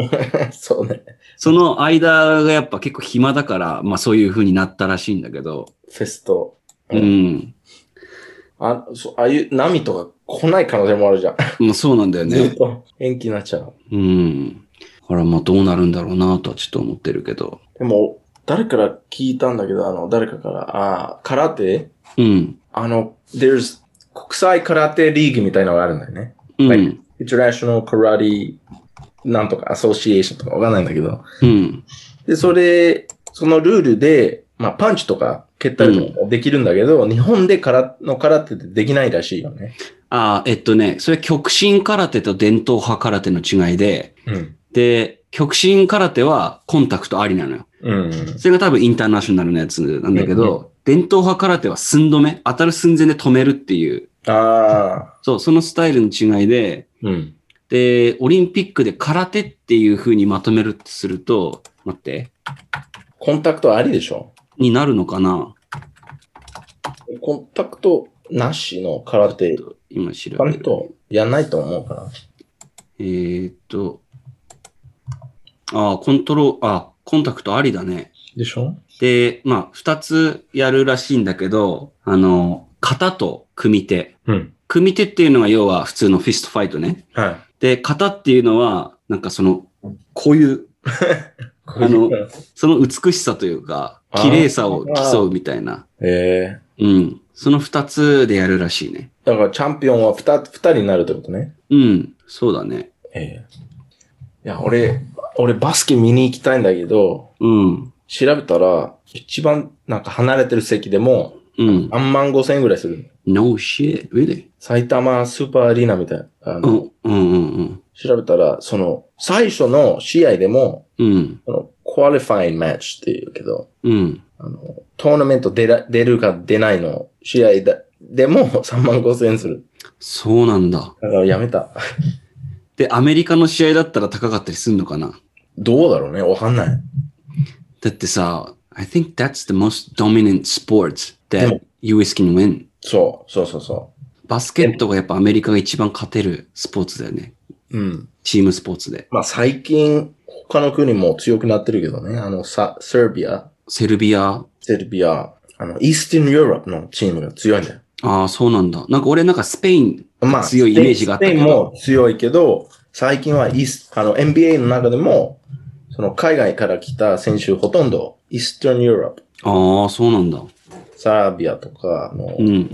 [SPEAKER 2] そうね。
[SPEAKER 1] その間がやっぱ結構暇だから、まあそういう風になったらしいんだけど、
[SPEAKER 2] フェスト。
[SPEAKER 1] うん。
[SPEAKER 2] あ、そう、ああいう波とか来ない可能性もあるじゃん。
[SPEAKER 1] もうそうなんだよ
[SPEAKER 2] ず
[SPEAKER 1] ね
[SPEAKER 2] っ。と延期になっちゃう。
[SPEAKER 1] うん。だからまあどうなるんだろうなとはちょっと思ってるけど。
[SPEAKER 2] でも、誰から聞いたんだけど、あの、誰かから、ああ、空手
[SPEAKER 1] うん。
[SPEAKER 2] あの、there's 国際空手リーグみたいなのがあるんだよね。
[SPEAKER 1] うん。
[SPEAKER 2] はい。International Karate なんとか Association とかわかんないんだけど。
[SPEAKER 1] うん。
[SPEAKER 2] で、それ、そのルールで、まあ、パンチとか蹴ったりとかできるんだけど、日本でからの空手ってできないらしいよね。
[SPEAKER 1] ああ、えっとね、それ極真空手と伝統派空手の違いで、
[SPEAKER 2] うん。
[SPEAKER 1] で、極真空手はコンタクトありなのよ。
[SPEAKER 2] うん。
[SPEAKER 1] それが多分インターナショナルなやつなんだけ
[SPEAKER 2] うん
[SPEAKER 1] ど、伝統派空手は寸止め、当たる寸前で止めるっていう、
[SPEAKER 2] ああ。
[SPEAKER 1] そう、そのスタイルの違いで、
[SPEAKER 2] うん。
[SPEAKER 1] で、オリンピックで空手っていう風にまとめるとすると、待って、
[SPEAKER 2] コンタクトありでしょ
[SPEAKER 1] になるのかな
[SPEAKER 2] コンタクトなしの空手、
[SPEAKER 1] 今調べ
[SPEAKER 2] パン
[SPEAKER 1] る。
[SPEAKER 2] とやんないと思うから。
[SPEAKER 1] えーっと、ああ、コントロー、あ、コンタクトありだね。
[SPEAKER 2] でしょ
[SPEAKER 1] で、まあ、二つやるらしいんだけど、あの、型と組手。
[SPEAKER 2] うん。
[SPEAKER 1] 組手っていうのは要は普通のフィストファイトね。
[SPEAKER 2] は
[SPEAKER 1] で、型っていうのは、なんかその、こういう、
[SPEAKER 2] い。こういう
[SPEAKER 1] あその美しさというか、
[SPEAKER 2] あー
[SPEAKER 1] 綺麗さを競うみたいな。
[SPEAKER 2] ええ
[SPEAKER 1] うん。その二つでやるらしいね。
[SPEAKER 2] だからチャンピオンは二つ、二人になるってことね。
[SPEAKER 1] うん。そうだね。
[SPEAKER 2] ええいや、俺、俺バスケ見に行きたいんだけど、
[SPEAKER 1] うん。
[SPEAKER 2] 調べたら、一番なんか離れてる席でも、
[SPEAKER 1] うん。
[SPEAKER 2] 3万5千円ぐらいする。
[SPEAKER 1] No shit, really?
[SPEAKER 2] 埼玉スーパーアリーナみたいな。あ
[SPEAKER 1] う
[SPEAKER 2] の
[SPEAKER 1] ん、うん、うん、
[SPEAKER 2] 調べたら、その、最初の試合でも、
[SPEAKER 1] うん。うん、
[SPEAKER 2] この、クアリファインマッチっていうけど、
[SPEAKER 1] うん。
[SPEAKER 2] あの、トーナメント出ら出るか出ないの試合だでも3万5千円する。
[SPEAKER 1] そうなんだ。
[SPEAKER 2] だからやめた。
[SPEAKER 1] で、アメリカの試合だったら高かったりするのかな
[SPEAKER 2] どうだろうねわかんない。
[SPEAKER 1] だってさ、I think that's the most dominant sport
[SPEAKER 2] で
[SPEAKER 1] that
[SPEAKER 2] も
[SPEAKER 1] US can win.
[SPEAKER 2] そう、そうそうそ
[SPEAKER 1] バスケットがやっぱアメリカが一番勝てるスポーツだよね。
[SPEAKER 2] う。うん。
[SPEAKER 1] チームスポーツで。
[SPEAKER 2] まあ最近、他の国も強くなってるけどね。あの、サ、セルビア、
[SPEAKER 1] セルビア。
[SPEAKER 2] セルビア、あの、イースティンヨーロッパのチームが強いんだよ。
[SPEAKER 1] ああ、そうなんだ。なんか俺なんかスペイン。
[SPEAKER 2] まあ、
[SPEAKER 1] 強いイメージがあったけど
[SPEAKER 2] スペインも強いけど、最近はイス、あの、NBA の中でも、その海外から来た選手ほとんど、イースティンヨーロッパ、
[SPEAKER 1] ああ、そうなんだ。
[SPEAKER 2] サービアとか、あの、
[SPEAKER 1] うん。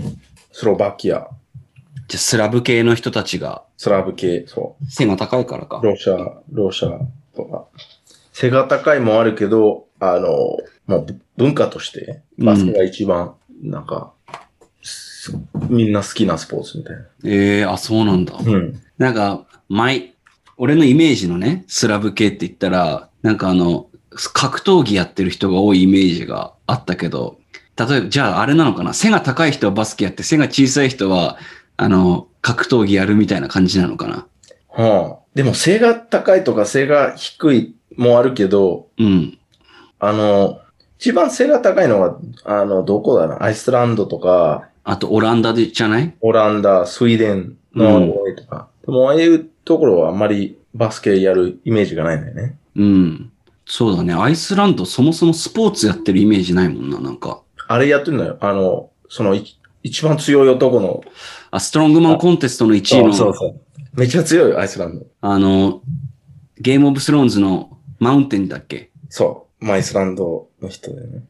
[SPEAKER 2] スロバキア、
[SPEAKER 1] じゃあスラブ系の人たちが
[SPEAKER 2] スラブ系、そ
[SPEAKER 1] 背が高いからか
[SPEAKER 2] う、。ロシア、ロシアとか。背が高いもあるけど、あの、まあ、ぶ文化として、バスケが一番、なんか、すみんな好きなスポーツみたいな。
[SPEAKER 1] ええあ、そうなんだ。
[SPEAKER 2] うん。
[SPEAKER 1] なんか、前、俺のイメージのね、スラブ系って言ったら、なんかあの、格闘技やってる人が多いイメージがあったけど、例えば、じゃああれなのかな背が高い人はバスケやって、背が小さい人は、あの、格闘技やるみたいな感じなのかな
[SPEAKER 2] はあ、でも、背が高いとか背が低いもあるけど、
[SPEAKER 1] うん。
[SPEAKER 2] あの、一番背が高いのは、あの、どこだなアイスランドとか、
[SPEAKER 1] あと、オランダでじゃない
[SPEAKER 2] オランダ、スウィーデン、ノルウェーとか。でも、ああいうところはあんまりバスケやるイメージがないんだよね。
[SPEAKER 1] うん。そうだね。アイスランド、そもそもスポーツやってるイメージないもんな、なんか。
[SPEAKER 2] あれやってんだよ。あの、その、い一番強い男の。
[SPEAKER 1] あ、ストロングマンコンテストの1位の、
[SPEAKER 2] そう。めっちゃ強いよ、アイスランド。
[SPEAKER 1] あの、ゲームオブスローンズのマウンテンだっけ
[SPEAKER 2] そう。まあアイスランドの人だよね。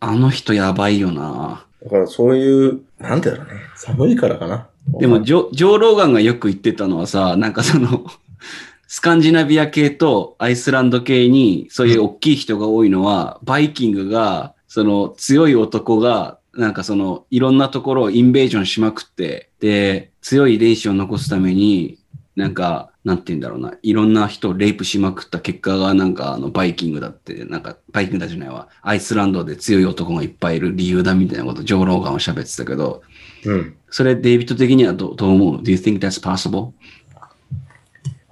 [SPEAKER 1] あの人やばいよな。
[SPEAKER 2] だから、そういう、なんだろうね。寒いからかな。
[SPEAKER 1] でも、、ジョジョー・ローガンがよく言ってたのはさ、なんかその、 スカンジナビア系とアイスランド系に、そういう大きい人が多いのは、バイキングが、その強い男が、なんかその、いろんなところをインベージョンしまくって、で、強い遺伝子を残すために、なんか、なんて言うんだろうな、いろんな人をレイプしまくった結果が、なんかあの、バイキングだって、なんか、バイキングだじゃないわ、アイスランドで強い男がいっぱいいる理由だみたいなこと、ジョー・ローガンは喋ってたけど、
[SPEAKER 2] うん。
[SPEAKER 1] それ、デイビッド的にはどどう思う ?Do you think that's possible?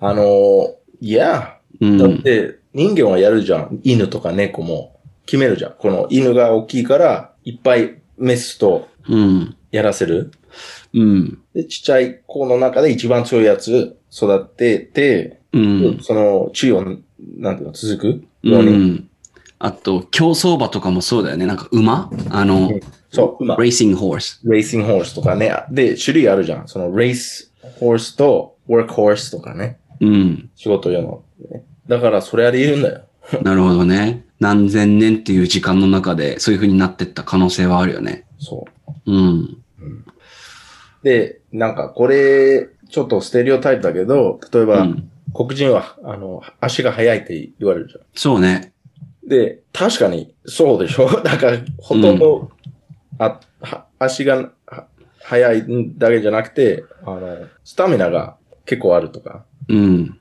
[SPEAKER 2] あの、いや、
[SPEAKER 1] う
[SPEAKER 2] だっ
[SPEAKER 1] ん。
[SPEAKER 2] て人間はやるじゃん。犬とか猫も決めるじゃん。この犬が大きいから、いっぱいメスと
[SPEAKER 1] うん。
[SPEAKER 2] やらせる。
[SPEAKER 1] うん。
[SPEAKER 2] で、ちっちゃい子の中で一番強いやつ育てて、
[SPEAKER 1] うん。
[SPEAKER 2] その地位を、なんていうの、続くよ
[SPEAKER 1] う
[SPEAKER 2] うに。
[SPEAKER 1] ん。あと、競走馬とかもそうだよね。なんか馬あの、
[SPEAKER 2] そう、まあ、
[SPEAKER 1] レーシングホース。
[SPEAKER 2] レーシングホースとかね。で、種類あるじゃん。そのレースホースと、ワークホースとかね。
[SPEAKER 1] うん。
[SPEAKER 2] 仕事用の、ね。だから、それあり得るんだよ。
[SPEAKER 1] なるほどね。何千年っていう時間の中で、そういう風になってった可能性はあるよね。
[SPEAKER 2] そう。
[SPEAKER 1] うん。
[SPEAKER 2] で、なんかこれ、ちょっとステレオタイプだけど、例えば、
[SPEAKER 1] うん
[SPEAKER 2] 黒人は、あの、足が速いって言われるじゃ
[SPEAKER 1] そうね。
[SPEAKER 2] ん。で、確かに、そうでしょ だから、ほとんど、あは足がは速いだけじゃなくて、あの、スタミナが結構あるとか、
[SPEAKER 1] うん。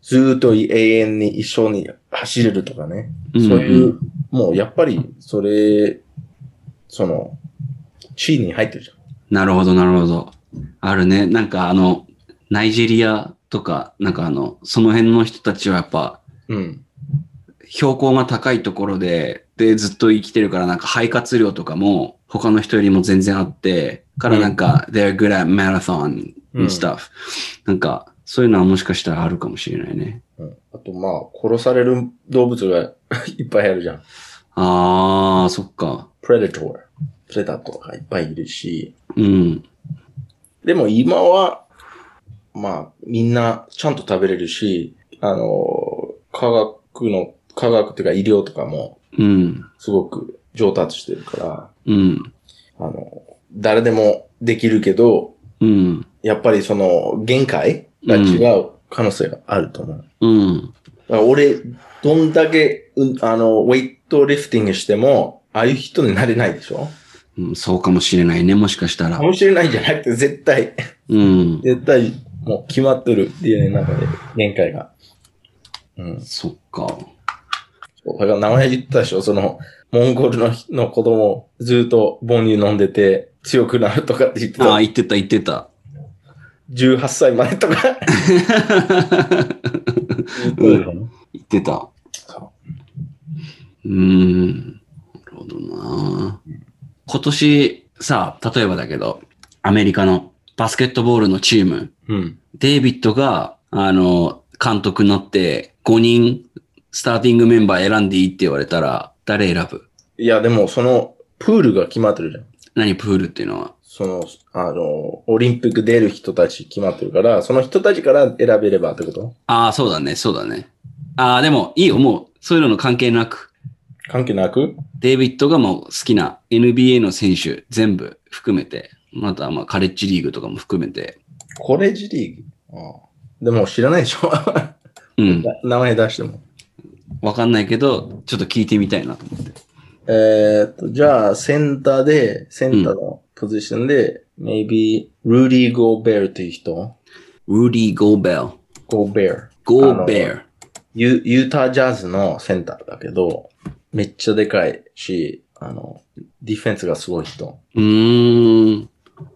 [SPEAKER 2] ずーっと永遠に一緒に走れるとかね。
[SPEAKER 1] うん
[SPEAKER 2] そういう、もうやっぱり、それ、その、地位に入ってるじゃん。
[SPEAKER 1] なるほど、なるほど。あるね。なんかあの、ナイジェリアとか、なんかあの、その辺の人たちはやっぱ、
[SPEAKER 2] うん。
[SPEAKER 1] 標高が高いところで、で、ずっと生きてるから、なんか肺活量とかも、他の人よりも全然あって、からなんか、they're good at marathon
[SPEAKER 2] うん
[SPEAKER 1] and stuff、なんか、そういうのはもしかしたらあるかもしれないね。
[SPEAKER 2] うんあと、まあ、殺される動物が いっぱいあるじゃん。
[SPEAKER 1] あー、そっか。
[SPEAKER 2] プレデター、プレダトーがいっぱいいるし。
[SPEAKER 1] うん。
[SPEAKER 2] でも今は、まあ、みんなちゃんと食べれるし、あの、科学の、科学っていうか医療とかも
[SPEAKER 1] うん。
[SPEAKER 2] すごく上達してるから、
[SPEAKER 1] うん。
[SPEAKER 2] あの、誰でもできるけど、
[SPEAKER 1] うん。
[SPEAKER 2] やっぱりその限界が違う可能性があると思う。
[SPEAKER 1] うん。
[SPEAKER 2] だから俺、どんだけ、うんあの、ウェイトリフティングしても、ああいう人になれないでしょ
[SPEAKER 1] うん、そうかもしれないね、もしかしたら
[SPEAKER 2] か。もしれないんじゃなくて、絶対、
[SPEAKER 1] うん。
[SPEAKER 2] 絶対、もう決まっとる DNA の中で、限界が。うん。
[SPEAKER 1] そっか。
[SPEAKER 2] そうだから名前言ったでしょ、その、モンゴルのの子供、ずっと母乳飲んでて、強くなるとかって言って
[SPEAKER 1] ああ、
[SPEAKER 2] た。
[SPEAKER 1] 言ってた、言ってた。
[SPEAKER 2] 18歳まで とか。
[SPEAKER 1] うん言ってた。
[SPEAKER 2] そう
[SPEAKER 1] ーん。なるほどな。今年さ、例えばだけど、アメリカのバスケットボールのチーム、
[SPEAKER 2] うん。
[SPEAKER 1] デイビッドが、あの、監督になって、5人スターティングメンバー選んでいいって言われたら、誰選ぶ
[SPEAKER 2] いや、でも、その、プールが決まってるじゃん。
[SPEAKER 1] 何プールっていうのは。
[SPEAKER 2] その、あの、オリンピック出る人たち決まってるから、その人たちから選べればってこと
[SPEAKER 1] ああ、そうだね、そうだね。ああ、でもいいよ、もう、そういうの関係なく。
[SPEAKER 2] 関係なく
[SPEAKER 1] デイビッドがもう好きな NBA の選手全部含めて、またまあカレッジリーグとかも含めて、
[SPEAKER 2] コレッジリーグああでも知らないでしょ
[SPEAKER 1] うん、
[SPEAKER 2] 名前出しても。
[SPEAKER 1] わかんないけど、ちょっと聞いてみたいなと思って。
[SPEAKER 2] えーっと、じゃあ、センターで、センターのポジションで、maybe, ルーリー・ゴーベルという人。
[SPEAKER 1] ウーリー・ゴーベル。
[SPEAKER 2] ゴーベル。
[SPEAKER 1] ゴーベ
[SPEAKER 2] あの
[SPEAKER 1] ル。
[SPEAKER 2] ユユータージャズのセンターだけど、めっちゃでかいし、あの、ディフェンスがすごい人。
[SPEAKER 1] うーん。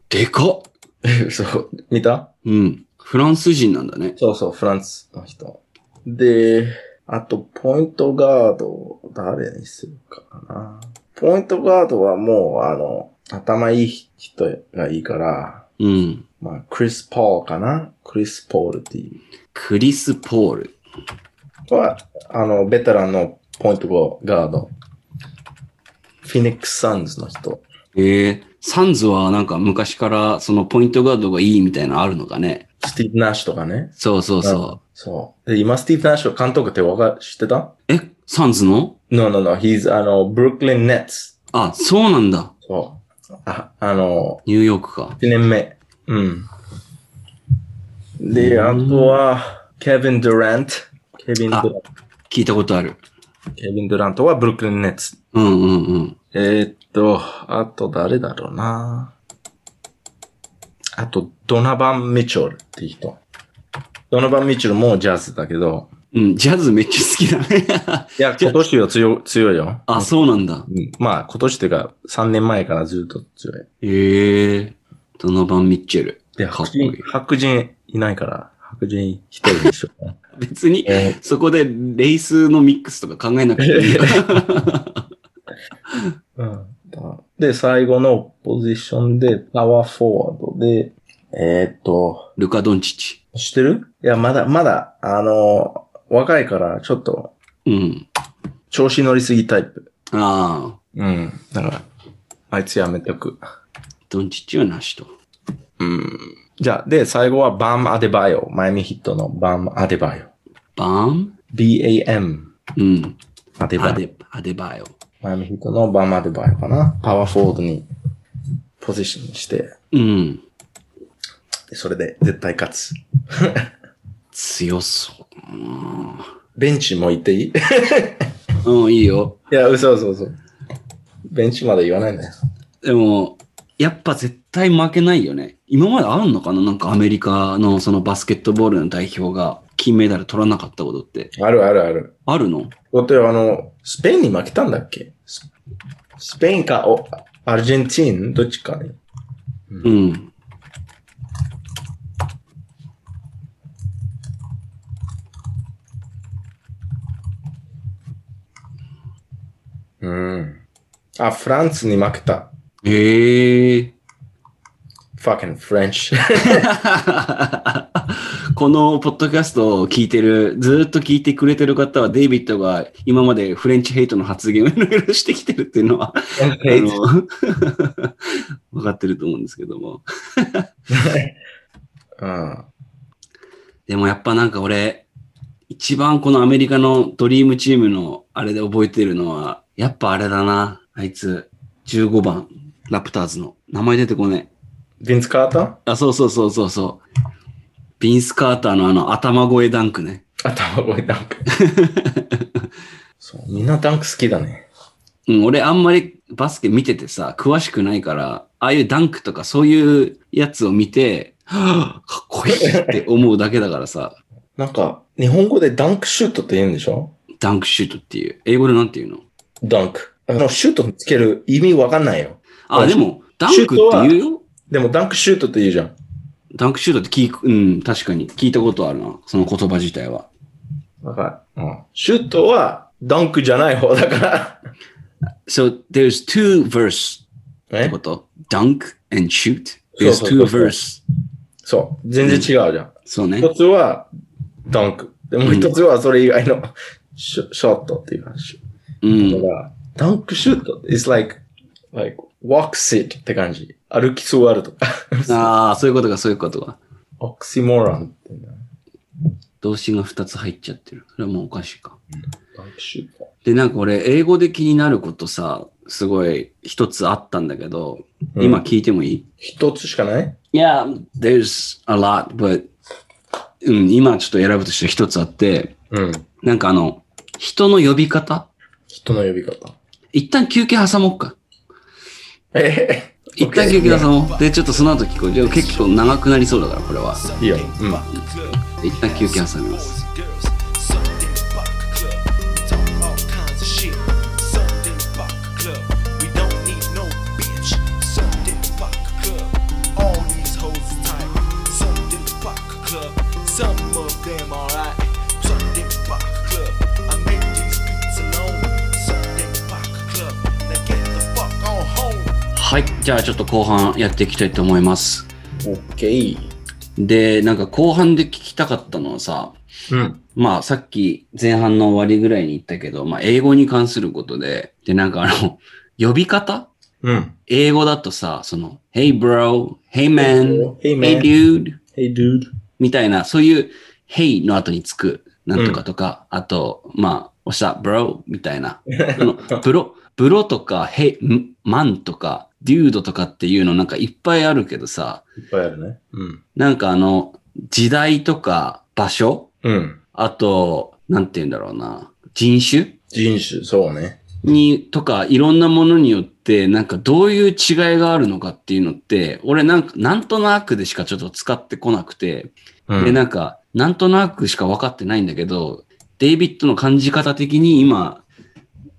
[SPEAKER 1] でかっ
[SPEAKER 2] そう、見た
[SPEAKER 1] うん。フランス人なんだね。
[SPEAKER 2] そうそう、フランスの人。で、あと、ポイントガード、誰にするかな。ポイントガードはもう、あの、頭いい人がいいから、
[SPEAKER 1] うん。
[SPEAKER 2] まあ、クリス・ポールかなクリス・ポールってい
[SPEAKER 1] クリス・ポール。
[SPEAKER 2] う。は、あの、ベテランのポイントガード。フィニックス・サンズの人。
[SPEAKER 1] ええサンズはなんか昔からそのポイントガードがいいみたいなのあるのかね。
[SPEAKER 2] スティーブ・ナッシュとかね。
[SPEAKER 1] そうそうそ
[SPEAKER 2] そう。で、今、スティーブ・ナッシュ監督ってわか、知ってた
[SPEAKER 1] う。え、サンズの
[SPEAKER 2] ?No, no, no. He's, あの、ブルックリン・ネッツ。
[SPEAKER 1] あ、そうなんだ。
[SPEAKER 2] そう。あ、あの、
[SPEAKER 1] ニューヨークか。
[SPEAKER 2] 1年目。うん。で、あとは、ケビン・ドゥラント。ケビン・ドゥラント。
[SPEAKER 1] 聞いたことある。
[SPEAKER 2] ケビン・ドゥラントはブルックリン・ネッツ。
[SPEAKER 1] うんうんうん。
[SPEAKER 2] えーっと、あと誰だろうな。あと、ドナバン・ミチョルっていう人。ドナバン・ミチョルもジャズだけど、
[SPEAKER 1] うん、ジャズめっちゃ好きだね。
[SPEAKER 2] いや、今年は強い強いよ。
[SPEAKER 1] あ、そうなんだ。
[SPEAKER 2] うんまあ、今年っていうか、3年前からずっと強い。
[SPEAKER 1] ええドノバン・ミッチェル。
[SPEAKER 2] で、
[SPEAKER 1] か
[SPEAKER 2] 白
[SPEAKER 1] っこいい
[SPEAKER 2] 人、白人いないから、白人一人でしょ。
[SPEAKER 1] 別に、
[SPEAKER 2] え
[SPEAKER 1] そこでレイスのミックスとか考えなくていいよ。
[SPEAKER 2] うんだで、最後のポジションで、パワーフォワードで、えーっと、
[SPEAKER 1] ルカ・ドンチッチ。
[SPEAKER 2] 知ってるいや、まだ、まだ、あの、若いから、ちょっと、
[SPEAKER 1] うん。
[SPEAKER 2] 調子乗りすぎタイプ。
[SPEAKER 1] ああ、
[SPEAKER 2] うん。だから、あいつやめとく。
[SPEAKER 1] ドンチッチはなしと。
[SPEAKER 2] うん。じゃあ、で、最後は、バーム・アデバイオ。マイミヒットのバーム・アデバイオ。
[SPEAKER 1] バーン
[SPEAKER 2] BAM。
[SPEAKER 1] うん。
[SPEAKER 2] アデバ
[SPEAKER 1] ア
[SPEAKER 2] イオ。
[SPEAKER 1] デアデバイオ。
[SPEAKER 2] マイミヒットのバーム・アデバイオかな。パワーフォワードに、ポジションして、
[SPEAKER 1] うん。
[SPEAKER 2] それで絶対勝つ。
[SPEAKER 1] 強そうな。
[SPEAKER 2] ベンチもいて いい
[SPEAKER 1] うん、いいよ。
[SPEAKER 2] いや、嘘嘘嘘。ベンチまで言わないんだよ。
[SPEAKER 1] でも、やっぱ絶対負けないよね。今まであるのかななんかアメリカのそのバスケットボールの代表が金メダル取らなかったことって。
[SPEAKER 2] あるあるある。
[SPEAKER 1] あるの
[SPEAKER 2] だってあの、スペインに負けたんだっけススペインかおアルゼンチンどっちかに。
[SPEAKER 1] うん。
[SPEAKER 2] うん。あ、フランスに負けた。
[SPEAKER 1] へえ。
[SPEAKER 2] fucking French。
[SPEAKER 1] このポッドキャストを聞いてる、ずーっと聞いてくれてる方は、デイビッドが今までフレンチヘイトの発言をいろいろしてきてるっていうのは、あの、 分かってると思うんですけども。
[SPEAKER 2] うん。
[SPEAKER 1] でもやっぱなんか俺、一番このアメリカのドリームチームのあれで覚えてるのは、やっぱあれだな。あいつ、15番、ラプターズの。名前出てこねえ。
[SPEAKER 2] ヴィンス・カーター
[SPEAKER 1] あ、そうそうそうそうそう。ビンス・カーターのあの頭声ダンクね。
[SPEAKER 2] 頭ごい ダンク。そう、みんなダンク好きだね。
[SPEAKER 1] うん、俺あんまりバスケ見ててさ、詳しくないから、ああいうダンクとかそういうやつを見て、はぁかっこいいって思うだけだからさ、
[SPEAKER 2] なんか、日本語でダンクシュートって言うんでしょ
[SPEAKER 1] ダンクシュートっていう。英語でなんていうの
[SPEAKER 2] ダンク。あの、シュートつける意味わかんないよ。
[SPEAKER 1] あ、
[SPEAKER 2] あ
[SPEAKER 1] でも、ダンクって言うよ
[SPEAKER 2] でもダンクシュートって言うじゃん。
[SPEAKER 1] ダンクシュートって聞く、うん、確かに聞いたことあるな。その言葉自体は。
[SPEAKER 2] だから、うん、シュートはダンクじゃない方だ から。
[SPEAKER 1] So there's two verse って
[SPEAKER 2] ね
[SPEAKER 1] こ。と ?dunk and shoot.
[SPEAKER 2] そう
[SPEAKER 1] There's
[SPEAKER 2] そうそ
[SPEAKER 1] two
[SPEAKER 2] うそう
[SPEAKER 1] verse.
[SPEAKER 2] そう。全然違うじゃん。
[SPEAKER 1] そうね。
[SPEAKER 2] 一つはダンク。でもう一つはそれ以外の ショショットっていう感じ。
[SPEAKER 1] う
[SPEAKER 2] だ
[SPEAKER 1] ん
[SPEAKER 2] か。ら、ダンクシュート is like, like, walk sit って感じ。歩き座るとか。
[SPEAKER 1] ああ、そういうことか、そういうことか。
[SPEAKER 2] オクシモランってな。
[SPEAKER 1] 動詞が2つ入っちゃってる。それはもうおかしいか。
[SPEAKER 2] ダンクシュート。
[SPEAKER 1] で、なんか俺、英語で気になることさ、すごい一つあったんだけど、今
[SPEAKER 2] うん
[SPEAKER 1] 聞いてもいい、
[SPEAKER 2] 一つしかない
[SPEAKER 1] ?Yeah, there's a lot, but うん、今ちょっと選ぶとして一つあって、
[SPEAKER 2] うん。
[SPEAKER 1] なんかあの、人の呼び方
[SPEAKER 2] 人の呼び方。
[SPEAKER 1] 一旦休憩挟もうか。
[SPEAKER 2] え
[SPEAKER 1] 一旦休憩挟もう。で、ちょっとその後聞こう。でも結構長くなりそうだから、これは。
[SPEAKER 2] いいよ。うん。
[SPEAKER 1] 一旦休憩挟みます。
[SPEAKER 3] Some of them alright. Sunday Park Club. I make these beats alone. Sunday Park Club. Now get the fuck on home.
[SPEAKER 1] はい。じゃあちょっと後半やっていきたいと思います。
[SPEAKER 2] オッケー。
[SPEAKER 1] で、なんか後半で聞きたかったのはさ、
[SPEAKER 2] うん。
[SPEAKER 1] まあさっき前半の終わりぐらいに言ったけど、まあ英語に関することで、でなんかあの、 呼び方
[SPEAKER 2] うん。
[SPEAKER 1] 英語だとさ、その、Hey bro, Hey man,
[SPEAKER 2] Hey
[SPEAKER 1] Hey
[SPEAKER 2] man.
[SPEAKER 1] dude,
[SPEAKER 2] Hey dude.
[SPEAKER 1] みたいな、そういう Hey の後につく、なんとかとか、あと、まあ、おっしゃ、bro みたい な。そのブロ、ブロとか、Hey, んマンとか、デュードとかっていうのなんかいっぱいあるけどさ、
[SPEAKER 2] いっぱいあるね。うん。
[SPEAKER 1] なんかあの、時代とか場所
[SPEAKER 2] うん。
[SPEAKER 1] あと、なんて言うんだろうな。人種
[SPEAKER 2] 人種、そうね。
[SPEAKER 1] に、とか、いろんなものによって、なんかどういう違いがあるのかっていうのって、俺なんか、なんとなくでしかちょっと使ってこなくて、
[SPEAKER 2] うん
[SPEAKER 1] で、なんか、なんとなくしか分かってないんだけど、デイビッドの感じ方的に今、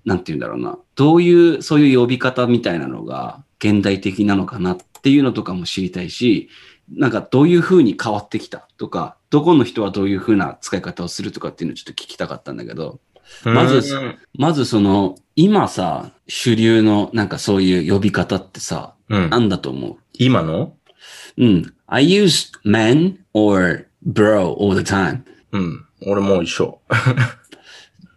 [SPEAKER 1] なんて言うんだろうな。どういう、そういう呼び方みたいなのが現代的なのかなっていうのとかも知りたいし、なんかどういう風に変わってきたとか、どこの人はどういう風な使い方をするとかっていうのをちょっと聞きたかったんだけど、まず
[SPEAKER 2] うん
[SPEAKER 1] まずその、今さ、主流のなんかそういう呼び方ってさ、
[SPEAKER 2] うん
[SPEAKER 1] なんだと思
[SPEAKER 2] 今の
[SPEAKER 1] ううん。I use man or bro all the time.
[SPEAKER 2] うん。俺もう一緒。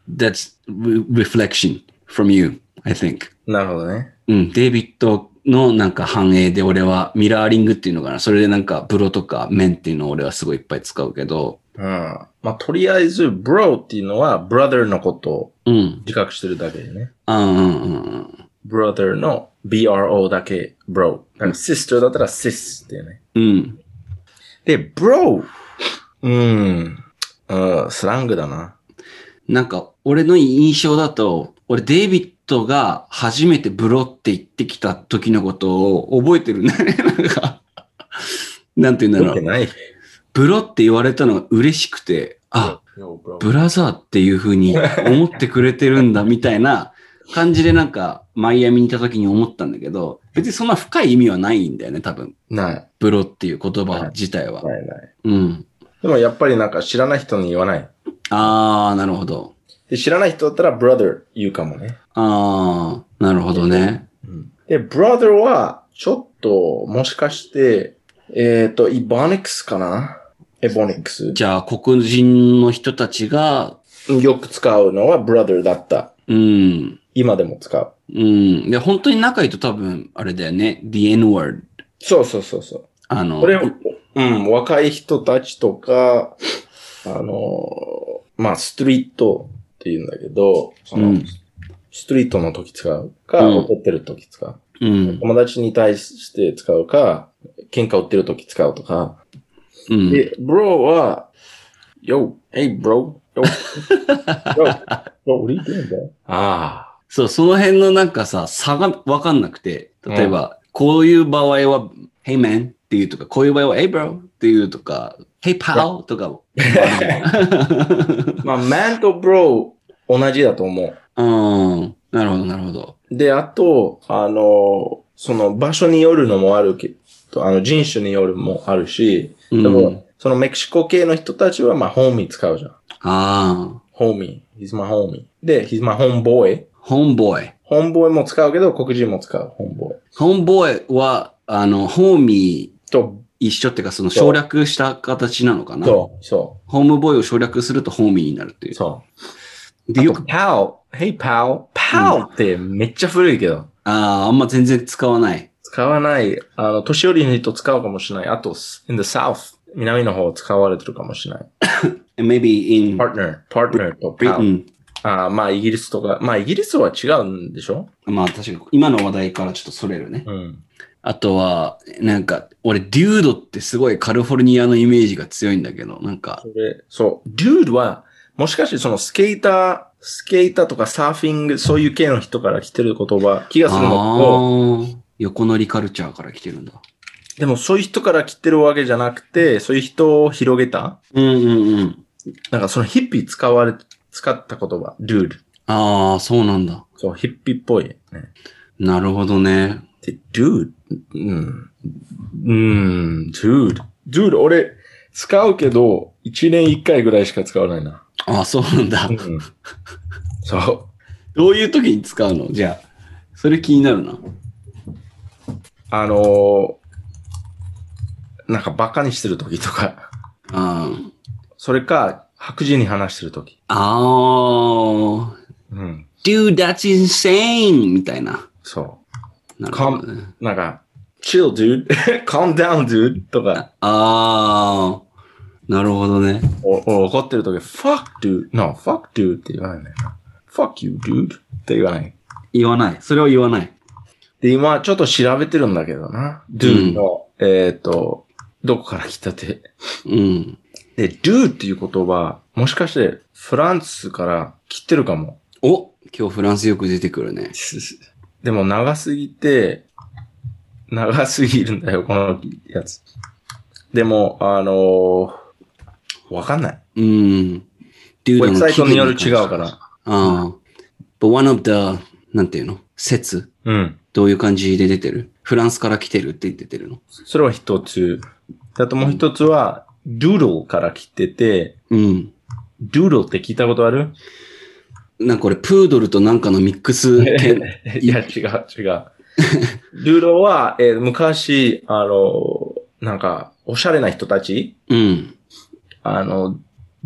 [SPEAKER 1] That's re- reflection from you, I think.
[SPEAKER 2] なるほどね。
[SPEAKER 1] うん、デイビッドのなんか反映で俺はミラーリングっていうのかな。それでなんかブロとかメンっていうのを俺はすごいいっぱい使うけど、
[SPEAKER 2] うん。まあ、とりあえず、bro っていうのは、brother のことを
[SPEAKER 1] うん。
[SPEAKER 2] 自覚してるだけでね。
[SPEAKER 1] あうんうんうんうん。
[SPEAKER 2] brother の bro だけ bro。なんか sister だったら sis っていうね。
[SPEAKER 1] うん。
[SPEAKER 2] で、bro! うん。うん、スラングだな。
[SPEAKER 1] なんか俺の印象だと、俺デイビッドが初めてブロって言ってきた時のことを覚えてるんだね。なんか、なんて言うん
[SPEAKER 2] よ
[SPEAKER 1] だろう。
[SPEAKER 2] くない。
[SPEAKER 1] ブロって言われたのが嬉しくて、あ、
[SPEAKER 2] Yo, bro.
[SPEAKER 1] ブラザーっていう風に思ってくれてるんだみたいな感じでなんかマイアミにいた時に思ったんだけど、別にそんな深い意味はないんだよね、多分。
[SPEAKER 2] ない。
[SPEAKER 1] ブロっていう言葉自体は。
[SPEAKER 2] ないない。
[SPEAKER 1] うん。
[SPEAKER 2] でもやっぱりなんか知らない人に言わない。
[SPEAKER 1] あー、なるほど。
[SPEAKER 2] で知らない人だったら brother 言うかもね。
[SPEAKER 1] あー、なるほどね。
[SPEAKER 2] で、brother は、ちょっと、もしかして、えっ、と、イボニクスかなエボニクス。
[SPEAKER 1] じゃあ、黒人の人たちが、
[SPEAKER 2] よく使うのは brother だった。
[SPEAKER 1] うん。
[SPEAKER 2] 今でも使う。
[SPEAKER 1] うん。で、本当に仲いいと多分、あれだよね。The N-word。
[SPEAKER 2] そうそうそうそう。
[SPEAKER 1] あの、
[SPEAKER 2] これを、うん、若い人たちとか、あのー、まあ、ストリートって言うんだけど、その
[SPEAKER 1] うん
[SPEAKER 2] ストリートの時使うか、
[SPEAKER 1] うん
[SPEAKER 2] 怒ってる時使う。
[SPEAKER 1] うん。
[SPEAKER 2] 友達に対して使うか、喧嘩売ってる時使うとか。
[SPEAKER 1] うん。
[SPEAKER 2] で、ブローは、Yo, hey bro, yo, yo, yo, what are you doing, bro? ああ、
[SPEAKER 1] そう、その辺のなんかさ、差がわかんなくて、例えば、こういう場合は、Hey man っていうとか、こういう場合は、Hey bro っていうとか、Hey pal とか、
[SPEAKER 2] まあ、man と bro 同じだと思う。
[SPEAKER 1] うん、なるほど、なるほど。
[SPEAKER 2] で、あと、あの、その場所によるのもあるけど、あの人種によるもあるし、
[SPEAKER 1] う
[SPEAKER 2] で
[SPEAKER 1] ん
[SPEAKER 2] も、そのメキシコ系の人たちは、まあ、ホーミー使うじゃん。
[SPEAKER 1] ああ、
[SPEAKER 2] ホーミー。he's my homie. で、he's my homeboy.
[SPEAKER 1] ホンボーイ。
[SPEAKER 2] ホンボーイも使うけど、黒人も使う、ホンボーイ。
[SPEAKER 1] ホンボーイは、あの、ホーミー
[SPEAKER 2] と、
[SPEAKER 1] 一緒っていうか、その省略した形なのかな。
[SPEAKER 2] そう、そ、
[SPEAKER 1] ホームボーイを省略するとホーミーになるっていうう。
[SPEAKER 2] そ
[SPEAKER 1] で、
[SPEAKER 2] う。
[SPEAKER 1] よ
[SPEAKER 2] よ
[SPEAKER 1] く
[SPEAKER 2] く、、pal, hey pal, pal ってめっちゃ古いけど、
[SPEAKER 1] ああ、あんま全然使わない。
[SPEAKER 2] 使わない、あの、年寄りの人使うかもしれない。あと、in the south, 南の方使われてるかもしれない。
[SPEAKER 1] And maybe in
[SPEAKER 2] partner, partner と pal。
[SPEAKER 1] Britain.
[SPEAKER 2] あーまあ、イギリスとか、まあ、イギリスは違うんでしょ
[SPEAKER 1] まあ、確かに、今の話題からちょっとそれるね。
[SPEAKER 2] うん。
[SPEAKER 1] あとは、なんか、俺、デュードってすごいカリフォルニアのイメージが強いんだけど、なんか
[SPEAKER 2] そ、れ、そう、dude は、もしかしてそのスケーター、スケーターとかサーフィング、そういう系の人から来てる言葉、気がするのと、
[SPEAKER 1] ああ、横乗りカルチャーから来てるんだ。
[SPEAKER 2] でもそういう人から来てるわけじゃなくて、そういう人を広げた
[SPEAKER 1] うんうんうん。
[SPEAKER 2] なんかそのヒッピー使われ、使った言葉、dude。
[SPEAKER 1] ああ、そうなんだ。
[SPEAKER 2] そう、ヒッピーっぽい、ね。
[SPEAKER 1] なるほどね。
[SPEAKER 2] で、dude? うん。うん、dude。dude, 俺、使うけど、一年一回ぐらいしか使わないな。
[SPEAKER 1] ああ、そうなんだ
[SPEAKER 2] う。ん。 そう。
[SPEAKER 1] どういう時に使うのじゃあ、それ気になるな。
[SPEAKER 2] あのーなんかバカにしてる時とか、
[SPEAKER 1] あ
[SPEAKER 2] それか、白人に話してる時。
[SPEAKER 1] あ、ああ、
[SPEAKER 2] うん。
[SPEAKER 1] dude, that's insane! みたいな。
[SPEAKER 2] そ
[SPEAKER 1] なるほどね。
[SPEAKER 2] う。なんか、chill dude, calm down dude とか。
[SPEAKER 1] ああ、なるほどね。
[SPEAKER 2] お俺怒ってる時、fuck dude, no, fuck dude って言わないんだよな。fuck you dude って言わない。
[SPEAKER 1] 言わない。それは言わない。
[SPEAKER 2] で、今ちょっと調べてるんだけどな。dude の、えっ、と、どこから来たって。
[SPEAKER 1] うん。
[SPEAKER 2] で、dude っていう言葉、もしかしてフランスから来てる かも。
[SPEAKER 1] お今日フランスよく出てくるね。
[SPEAKER 2] でも長すぎて、長すぎるんだよ、このやつ。でも、あのーわかんない。
[SPEAKER 1] うん。dude
[SPEAKER 2] ウ
[SPEAKER 1] の
[SPEAKER 2] ェブサイトによる
[SPEAKER 1] 起源
[SPEAKER 2] 違
[SPEAKER 1] に関して
[SPEAKER 2] うから。
[SPEAKER 1] ああ。But one of the, なんていうの説
[SPEAKER 2] うん。
[SPEAKER 1] どういう感じで出てるフランスから来てるって出てるの
[SPEAKER 2] それは一つ。あともう一つは、doodle から来てて、
[SPEAKER 1] うん。
[SPEAKER 2] doodle って聞いたことある
[SPEAKER 1] なんかこれ、プードルとなんかのミックス犬
[SPEAKER 2] いや、違う、違う。doodle は、えー昔、あの、なんか、おしゃれな人たち、
[SPEAKER 1] うん。
[SPEAKER 2] あの、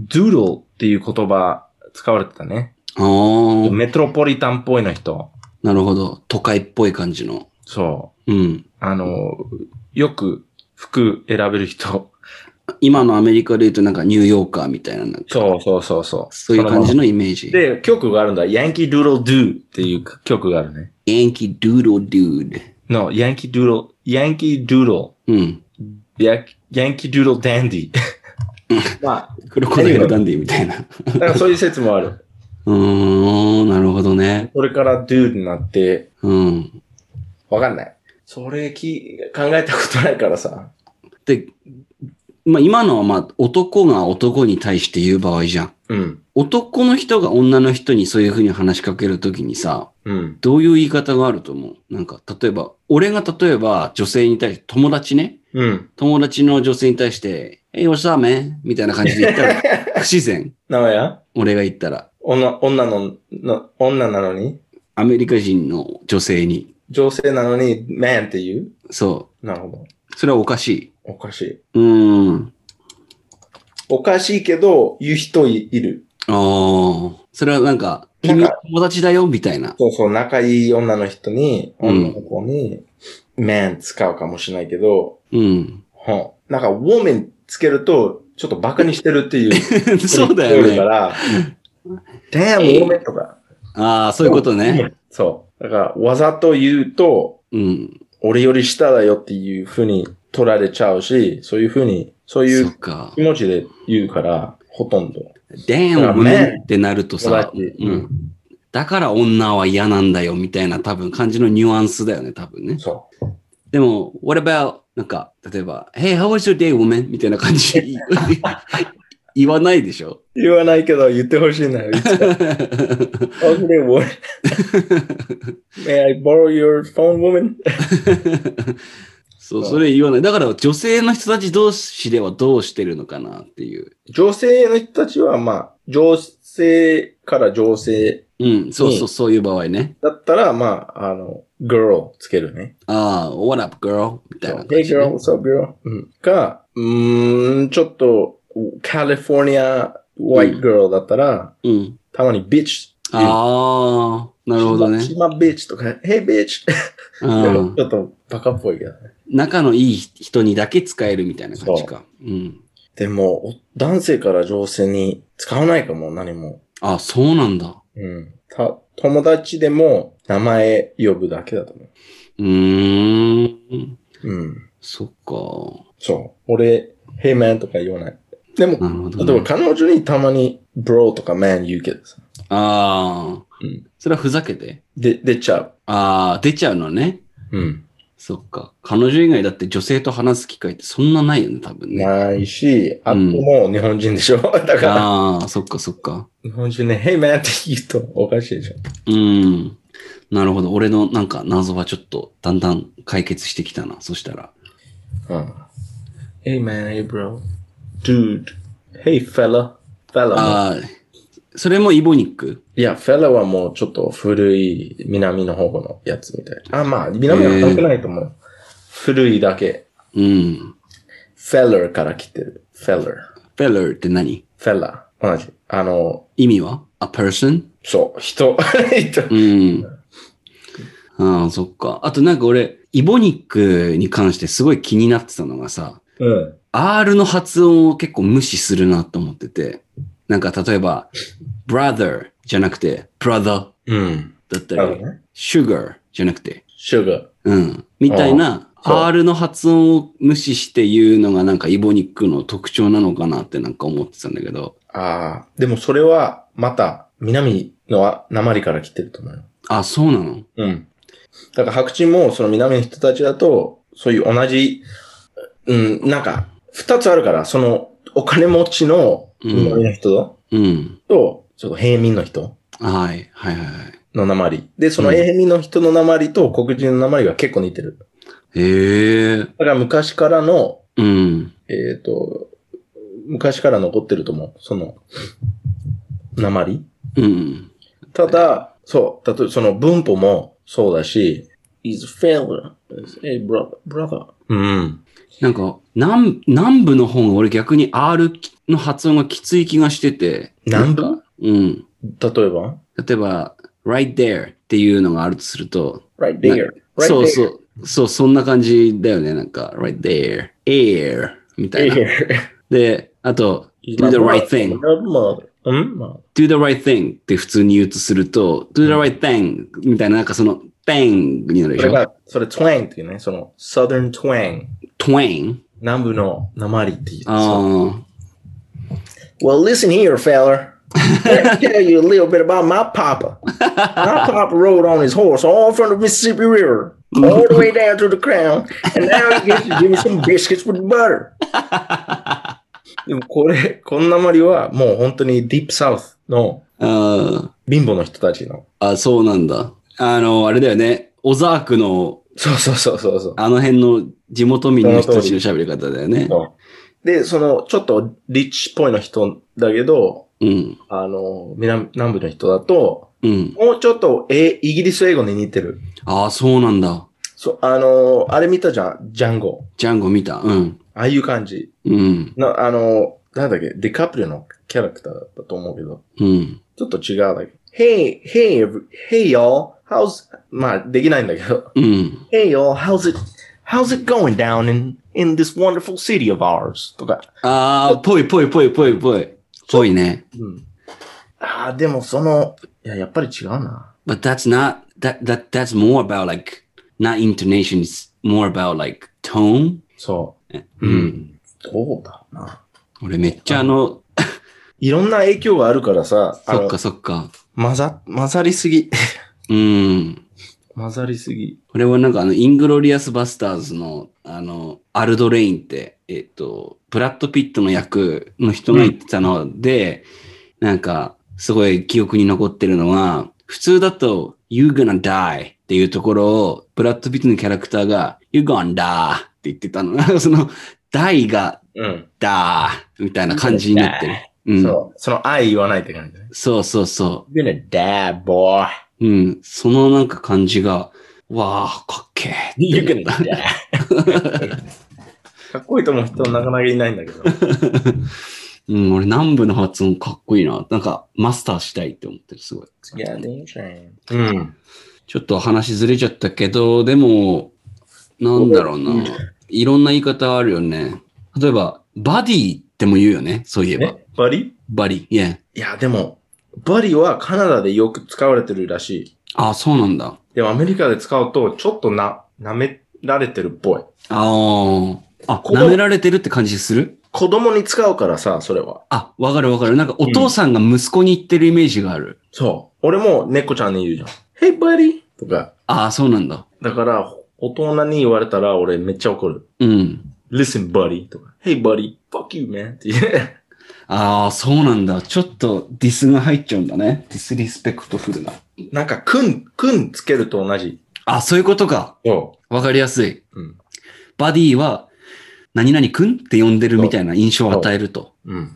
[SPEAKER 2] doodle っていう言葉使われてたね。
[SPEAKER 1] ああ。
[SPEAKER 2] メトロポリタンっぽいの人。
[SPEAKER 1] なるほど。都会っぽい感じの。
[SPEAKER 2] そ
[SPEAKER 1] うん。
[SPEAKER 2] う。あの、よく服選べる人。
[SPEAKER 1] 今のアメリカで言うとなんかニューヨーカーみたいな、なんか
[SPEAKER 2] そうそうそうそう。
[SPEAKER 1] そういう感じ
[SPEAKER 2] の
[SPEAKER 1] のイメージ。
[SPEAKER 2] で、曲があるんだ。ヤンキードゥードゥっていう曲があるね。
[SPEAKER 1] ヤンキードゥードルドゥード。
[SPEAKER 2] の、ヤンキードゥードヤンキードゥード
[SPEAKER 1] うん。
[SPEAKER 2] ヤヤンキードゥードダン ディ。ま
[SPEAKER 1] クロコダイルダンディみたいな。
[SPEAKER 2] あ、だからそういう説もある。
[SPEAKER 1] うーん、なるほどね。
[SPEAKER 2] それからドゥーになって、
[SPEAKER 1] うん。
[SPEAKER 2] わかんない。それき考えたことないからさ。
[SPEAKER 1] で、まあ今のはまあ男が男に対して言う場合じゃん。
[SPEAKER 2] うん。
[SPEAKER 1] 男の人が女の人にそういうふうに話しかけるときにさ、
[SPEAKER 2] うん。
[SPEAKER 1] どういう言い方があると思うなんか、例えば、俺が例えば女性に対して、友達ね。
[SPEAKER 2] うん。
[SPEAKER 1] 友達の女性に対して、え、よしだめみたいな感じで言ったら、不自然。
[SPEAKER 2] 名古屋
[SPEAKER 1] 俺が言ったら、
[SPEAKER 2] 女、女の、の女なのに
[SPEAKER 1] アメリカ人の女性に。
[SPEAKER 2] 女性なのに、man って言う
[SPEAKER 1] そ
[SPEAKER 2] なるほど。
[SPEAKER 1] う。それはおかしい。
[SPEAKER 2] おかしい。
[SPEAKER 1] うーん。
[SPEAKER 2] おかしいけど、言う人いいる。
[SPEAKER 1] ああ。それはなんか、君は友達だよ、みたいな。
[SPEAKER 2] そうそう、仲いい女の人に、
[SPEAKER 1] うん
[SPEAKER 2] 女の子に、man 使うかもしれないけど、
[SPEAKER 1] うん。
[SPEAKER 2] ほんなんか、woman つけると、ちょっとバカにしてるって いう。
[SPEAKER 1] そうだよ
[SPEAKER 2] 人いるか
[SPEAKER 1] ね。
[SPEAKER 2] ら、damn woman とか。
[SPEAKER 1] ああ、そういうことね。
[SPEAKER 2] そう。だから、わざと言うと、
[SPEAKER 1] うん。
[SPEAKER 2] 俺より下だよっていうふうに取られちゃうし、そういうふうに、そうい
[SPEAKER 1] そっ
[SPEAKER 2] う
[SPEAKER 1] か
[SPEAKER 2] 気。持ちで言うから、ほとんど。
[SPEAKER 1] damn
[SPEAKER 2] だから
[SPEAKER 1] woman ってなると
[SPEAKER 2] 友
[SPEAKER 1] さ、
[SPEAKER 2] 達
[SPEAKER 1] うん。だから女は嫌なんだよみたいな多分感じのニュアンスだよね、多分ね。
[SPEAKER 2] そ
[SPEAKER 1] でも、what about, なんか、例えば、Hey, how was your day, woman? みたいな 感じ言わないでしょ。
[SPEAKER 2] う。言わないけど、言ってほしいな よ。いつか How's your day, woman? May I borrow your phone, woman?
[SPEAKER 1] そう、
[SPEAKER 2] そう
[SPEAKER 1] それ言わない。だから女性の人たち同士ではどうしてるのかなっていう。
[SPEAKER 2] 女性の人たちは、まあ、女性から女性
[SPEAKER 1] うん、そう
[SPEAKER 2] う
[SPEAKER 1] そ
[SPEAKER 2] ん
[SPEAKER 1] う、そういう場合ね。
[SPEAKER 2] だったら、まあ、あの、girl つけるね。
[SPEAKER 1] ああ、what up, girl? みたいな
[SPEAKER 2] Hey
[SPEAKER 1] 感じね、
[SPEAKER 2] girl, what's up, girl? うんが、うーん、ちょっと、カリフォルニア、white girl だったら、
[SPEAKER 1] うん。
[SPEAKER 2] たまに bitch。
[SPEAKER 1] ああ、なるほどね。
[SPEAKER 2] しま bitch とか、hey bitch!
[SPEAKER 1] うん。
[SPEAKER 2] ちょっとバカっぽいけどね。
[SPEAKER 1] 仲のいい人にだけ使えるみたいな感じか。うん。
[SPEAKER 2] でも、お男性から女性に使わないかも、何も。
[SPEAKER 1] あそうなんだ。
[SPEAKER 2] うん。た、友達でも名前呼ぶだけだと思
[SPEAKER 1] うーん。
[SPEAKER 2] う。うん。
[SPEAKER 1] そっか。
[SPEAKER 2] そう。俺、hey man とか言わない。でも、
[SPEAKER 1] なるほど、
[SPEAKER 2] 例えば
[SPEAKER 1] ね。
[SPEAKER 2] 彼女にたまに bro とか man 言うけどさ。
[SPEAKER 1] ああ、
[SPEAKER 2] うん
[SPEAKER 1] それはふざけて。
[SPEAKER 2] で、出ちゃ
[SPEAKER 1] ああ、出ちゃうのね。
[SPEAKER 2] う。うん。
[SPEAKER 1] そっか。彼女以外だって女性と話す機会ってそんなないよね、多分ね。
[SPEAKER 2] ないし、あと
[SPEAKER 1] うん
[SPEAKER 2] もう日本人で しょだから、
[SPEAKER 1] ああ、そっかそっか。
[SPEAKER 2] 日本人ね、hey man って言うとおかしいでしょ。
[SPEAKER 1] うん。なるほど。俺のなんか謎はちょっとだんだん解決してきたな。そしたら。
[SPEAKER 2] うん。Hey man, hey bro, dude, hey fella, fella も。
[SPEAKER 1] ああ、それもイボニック
[SPEAKER 2] いや、fella はもうちょっと古い南の方のやつみたい。あ、まあ、南は古くないと思う。古いだけ。
[SPEAKER 1] うん。
[SPEAKER 2] feller から来てる。feller。
[SPEAKER 1] フェ r って何
[SPEAKER 2] fella。同じ。あの、
[SPEAKER 1] 意味は ?a person?
[SPEAKER 2] そう、人。人
[SPEAKER 1] うん。ああ、そっか。あとなんか俺、イボニックに関してすごい気になってたのがさ、
[SPEAKER 2] うん。
[SPEAKER 1] R の発音を結構無視するなと思ってて、なんか例えば、brother じゃなくて、brother
[SPEAKER 2] うん。
[SPEAKER 1] だった
[SPEAKER 2] なる
[SPEAKER 1] り
[SPEAKER 2] ほ、どね。
[SPEAKER 1] sugar じゃなくて、
[SPEAKER 2] sugar。
[SPEAKER 1] うん。みたいな、
[SPEAKER 2] ああそう
[SPEAKER 1] R の発音を無視して言うのがなんかイボニックの特徴なのかなってなんか思ってたんだけど、
[SPEAKER 2] ああ、でもそれは、また、南のあ鉛から来てると思うよ。
[SPEAKER 1] あ、そうなの
[SPEAKER 2] うん。だから白人も、その南の人たちだと、そういう同じ、うん、なんか、二つあるから、その、お金持ちの
[SPEAKER 1] うん
[SPEAKER 2] 南の人
[SPEAKER 1] うん。
[SPEAKER 2] と、ちょっと平民の人
[SPEAKER 1] はい、はい、はいはい。
[SPEAKER 2] の鉛。で、その
[SPEAKER 1] うん
[SPEAKER 2] 平民の人の鉛と黒人の鉛が結構似てる。
[SPEAKER 1] へえ、
[SPEAKER 2] だから昔からの、
[SPEAKER 1] うん。
[SPEAKER 2] えっ、と、昔から残ってると思う。その、鉛
[SPEAKER 1] うん。
[SPEAKER 2] ただ、そう、たとその文法もそうだし、is failure, hey brother, brother. うん。
[SPEAKER 1] なんか、南、南部の方が俺逆に R の発音がきつい気がしてて。
[SPEAKER 2] 南部
[SPEAKER 1] うん。
[SPEAKER 2] 例えば
[SPEAKER 1] 例えば、right there っていうのがあるとすると、
[SPEAKER 2] right there, right
[SPEAKER 1] そう
[SPEAKER 2] there.
[SPEAKER 1] そう、そう、そんな感じだよね。なんか、right there, air みたいな。
[SPEAKER 2] Here.
[SPEAKER 1] で、あと、
[SPEAKER 2] Is
[SPEAKER 1] do
[SPEAKER 2] my
[SPEAKER 1] the right
[SPEAKER 2] mother,
[SPEAKER 1] thing,
[SPEAKER 2] my mother. うんまあ
[SPEAKER 1] do the right thing って普通に言うとすると、do the right thing みたいな、なんかその、bang になるでし
[SPEAKER 2] それ
[SPEAKER 1] ょ。
[SPEAKER 2] が、それ twang っていうね、その southern twang。
[SPEAKER 1] twang?
[SPEAKER 2] 南部の鉛っていう。
[SPEAKER 1] あ
[SPEAKER 2] Well, listen here, fella. Let me tell you a little bit about my papa. My papa rode on his horse all from the Mississippi River, all the way down to the crown, and now he gets to give me some biscuits with butter. でもこれ、こんなまりはもう本当にディープサウスの
[SPEAKER 1] あ、あ
[SPEAKER 2] 貧乏の人たちの。
[SPEAKER 1] あ、あそうなんだ。あの、あれだよね。オザークの
[SPEAKER 2] そうそうそうそうそう。
[SPEAKER 1] あの辺の地元民の人たちの喋り方だよね。
[SPEAKER 2] そうで、その、ちょっとリッチっぽいの人だけど、
[SPEAKER 1] うん。
[SPEAKER 2] あの、南南部の人だと、
[SPEAKER 1] うん。
[SPEAKER 2] もうちょっと、え、イギリス英語に似てる。
[SPEAKER 1] ああ、そうなんだ。
[SPEAKER 2] そう、あのーあれ見たじゃん、ジャンゴ。
[SPEAKER 1] ジャンゴ見た。うん。
[SPEAKER 2] ああいう感じ。
[SPEAKER 1] うん。
[SPEAKER 2] な、あのーなんだっけ、ディカプリオのキャラクターだと思うけど、
[SPEAKER 1] うん。
[SPEAKER 2] ちょっと違うだけ。Hey, hey, every- hey y'all, how's, まあ、できないんだけど。
[SPEAKER 1] うん。
[SPEAKER 2] Hey y'all, how's it, how's it going down in, in this wonderful city of ours? とか。
[SPEAKER 1] ああ、ぽいぽいぽいぽいぽい。ぽいね。
[SPEAKER 2] うん。ああ、でもその、いや、やっぱり違うな。
[SPEAKER 1] But that's not, that, that, that's more about like, not intonation, it's more about like tone.
[SPEAKER 2] そうう。
[SPEAKER 1] ん。。
[SPEAKER 2] どうだろうな。
[SPEAKER 1] 俺めっちゃあの、
[SPEAKER 2] いろんな影響があるからさ、あ
[SPEAKER 1] そっ
[SPEAKER 2] の
[SPEAKER 1] かそっか。
[SPEAKER 2] 混ざ、混ざりすぎ。
[SPEAKER 1] うん。
[SPEAKER 2] 混ざりすぎ。
[SPEAKER 1] これはなんかあの、イングロリアスバスターズの、あの、アルドレインって、えっと、ブラッド・ピットの役の人が言ってたので、なんか、すごい記憶に残ってるのは、普通だと、You're gonna die っていうところを、ブラッド・ピットのキャラクターが、You're gonna die って言ってたの。なんかその、die が、
[SPEAKER 2] うん。
[SPEAKER 1] だーみたいな感じになってる。うん。
[SPEAKER 2] そう。その愛言わないって感じね。
[SPEAKER 1] そうそうそ
[SPEAKER 2] You're gonna die, boy.
[SPEAKER 1] う。うん。そのなんか感じが、わあ、かっけえ。
[SPEAKER 2] You're gonna die. かっこいいと思う人なかなかいないんだ けど。
[SPEAKER 1] うん、俺南部の発音かっこいいな。なんかマスターしたいって思ってる、すごい。
[SPEAKER 2] いや、電車うん。
[SPEAKER 1] ちょっと話ずれちゃったけど、でも、なんだろう
[SPEAKER 2] う。
[SPEAKER 1] なんいろんな言い方あるよね。例えば、バディっても言うよね。そういえば。
[SPEAKER 2] え、バリ
[SPEAKER 1] バディ。いや。
[SPEAKER 2] いや、でも、バリはカナダでよく使われてるらしい。
[SPEAKER 1] あ、そうなんだ。あ
[SPEAKER 2] でもアメリカで使うと、ちょっとな、舐められてるっぽい。
[SPEAKER 1] あ。あ、
[SPEAKER 2] この
[SPEAKER 1] 舐められてるって感じする
[SPEAKER 2] 子供に使うからさ、それは。
[SPEAKER 1] あ、わかるわかる。なんかお父さんが息子に言ってるイメージがある。
[SPEAKER 2] そう。俺も猫ちゃんに言うじゃん。Hey, buddy! とか。
[SPEAKER 1] ああ、そうなんだ。
[SPEAKER 2] だから、大人に言われたら俺めっちゃ怒る。
[SPEAKER 1] うん。
[SPEAKER 2] Listen, buddy! とか。Hey, buddy! Fuck you, man! って言う。
[SPEAKER 1] ああ、そうなんだ。ちょっとディスが入っちゃうんだね。ディスリスペクトフルな。
[SPEAKER 2] なんか、くん、くんつけると同じ。
[SPEAKER 1] あ、そういうことか。
[SPEAKER 2] そ
[SPEAKER 1] わかりやすい。
[SPEAKER 2] う。うん。
[SPEAKER 1] バディは、何々くんって呼んでるみたいな印象を与えると。
[SPEAKER 2] うん。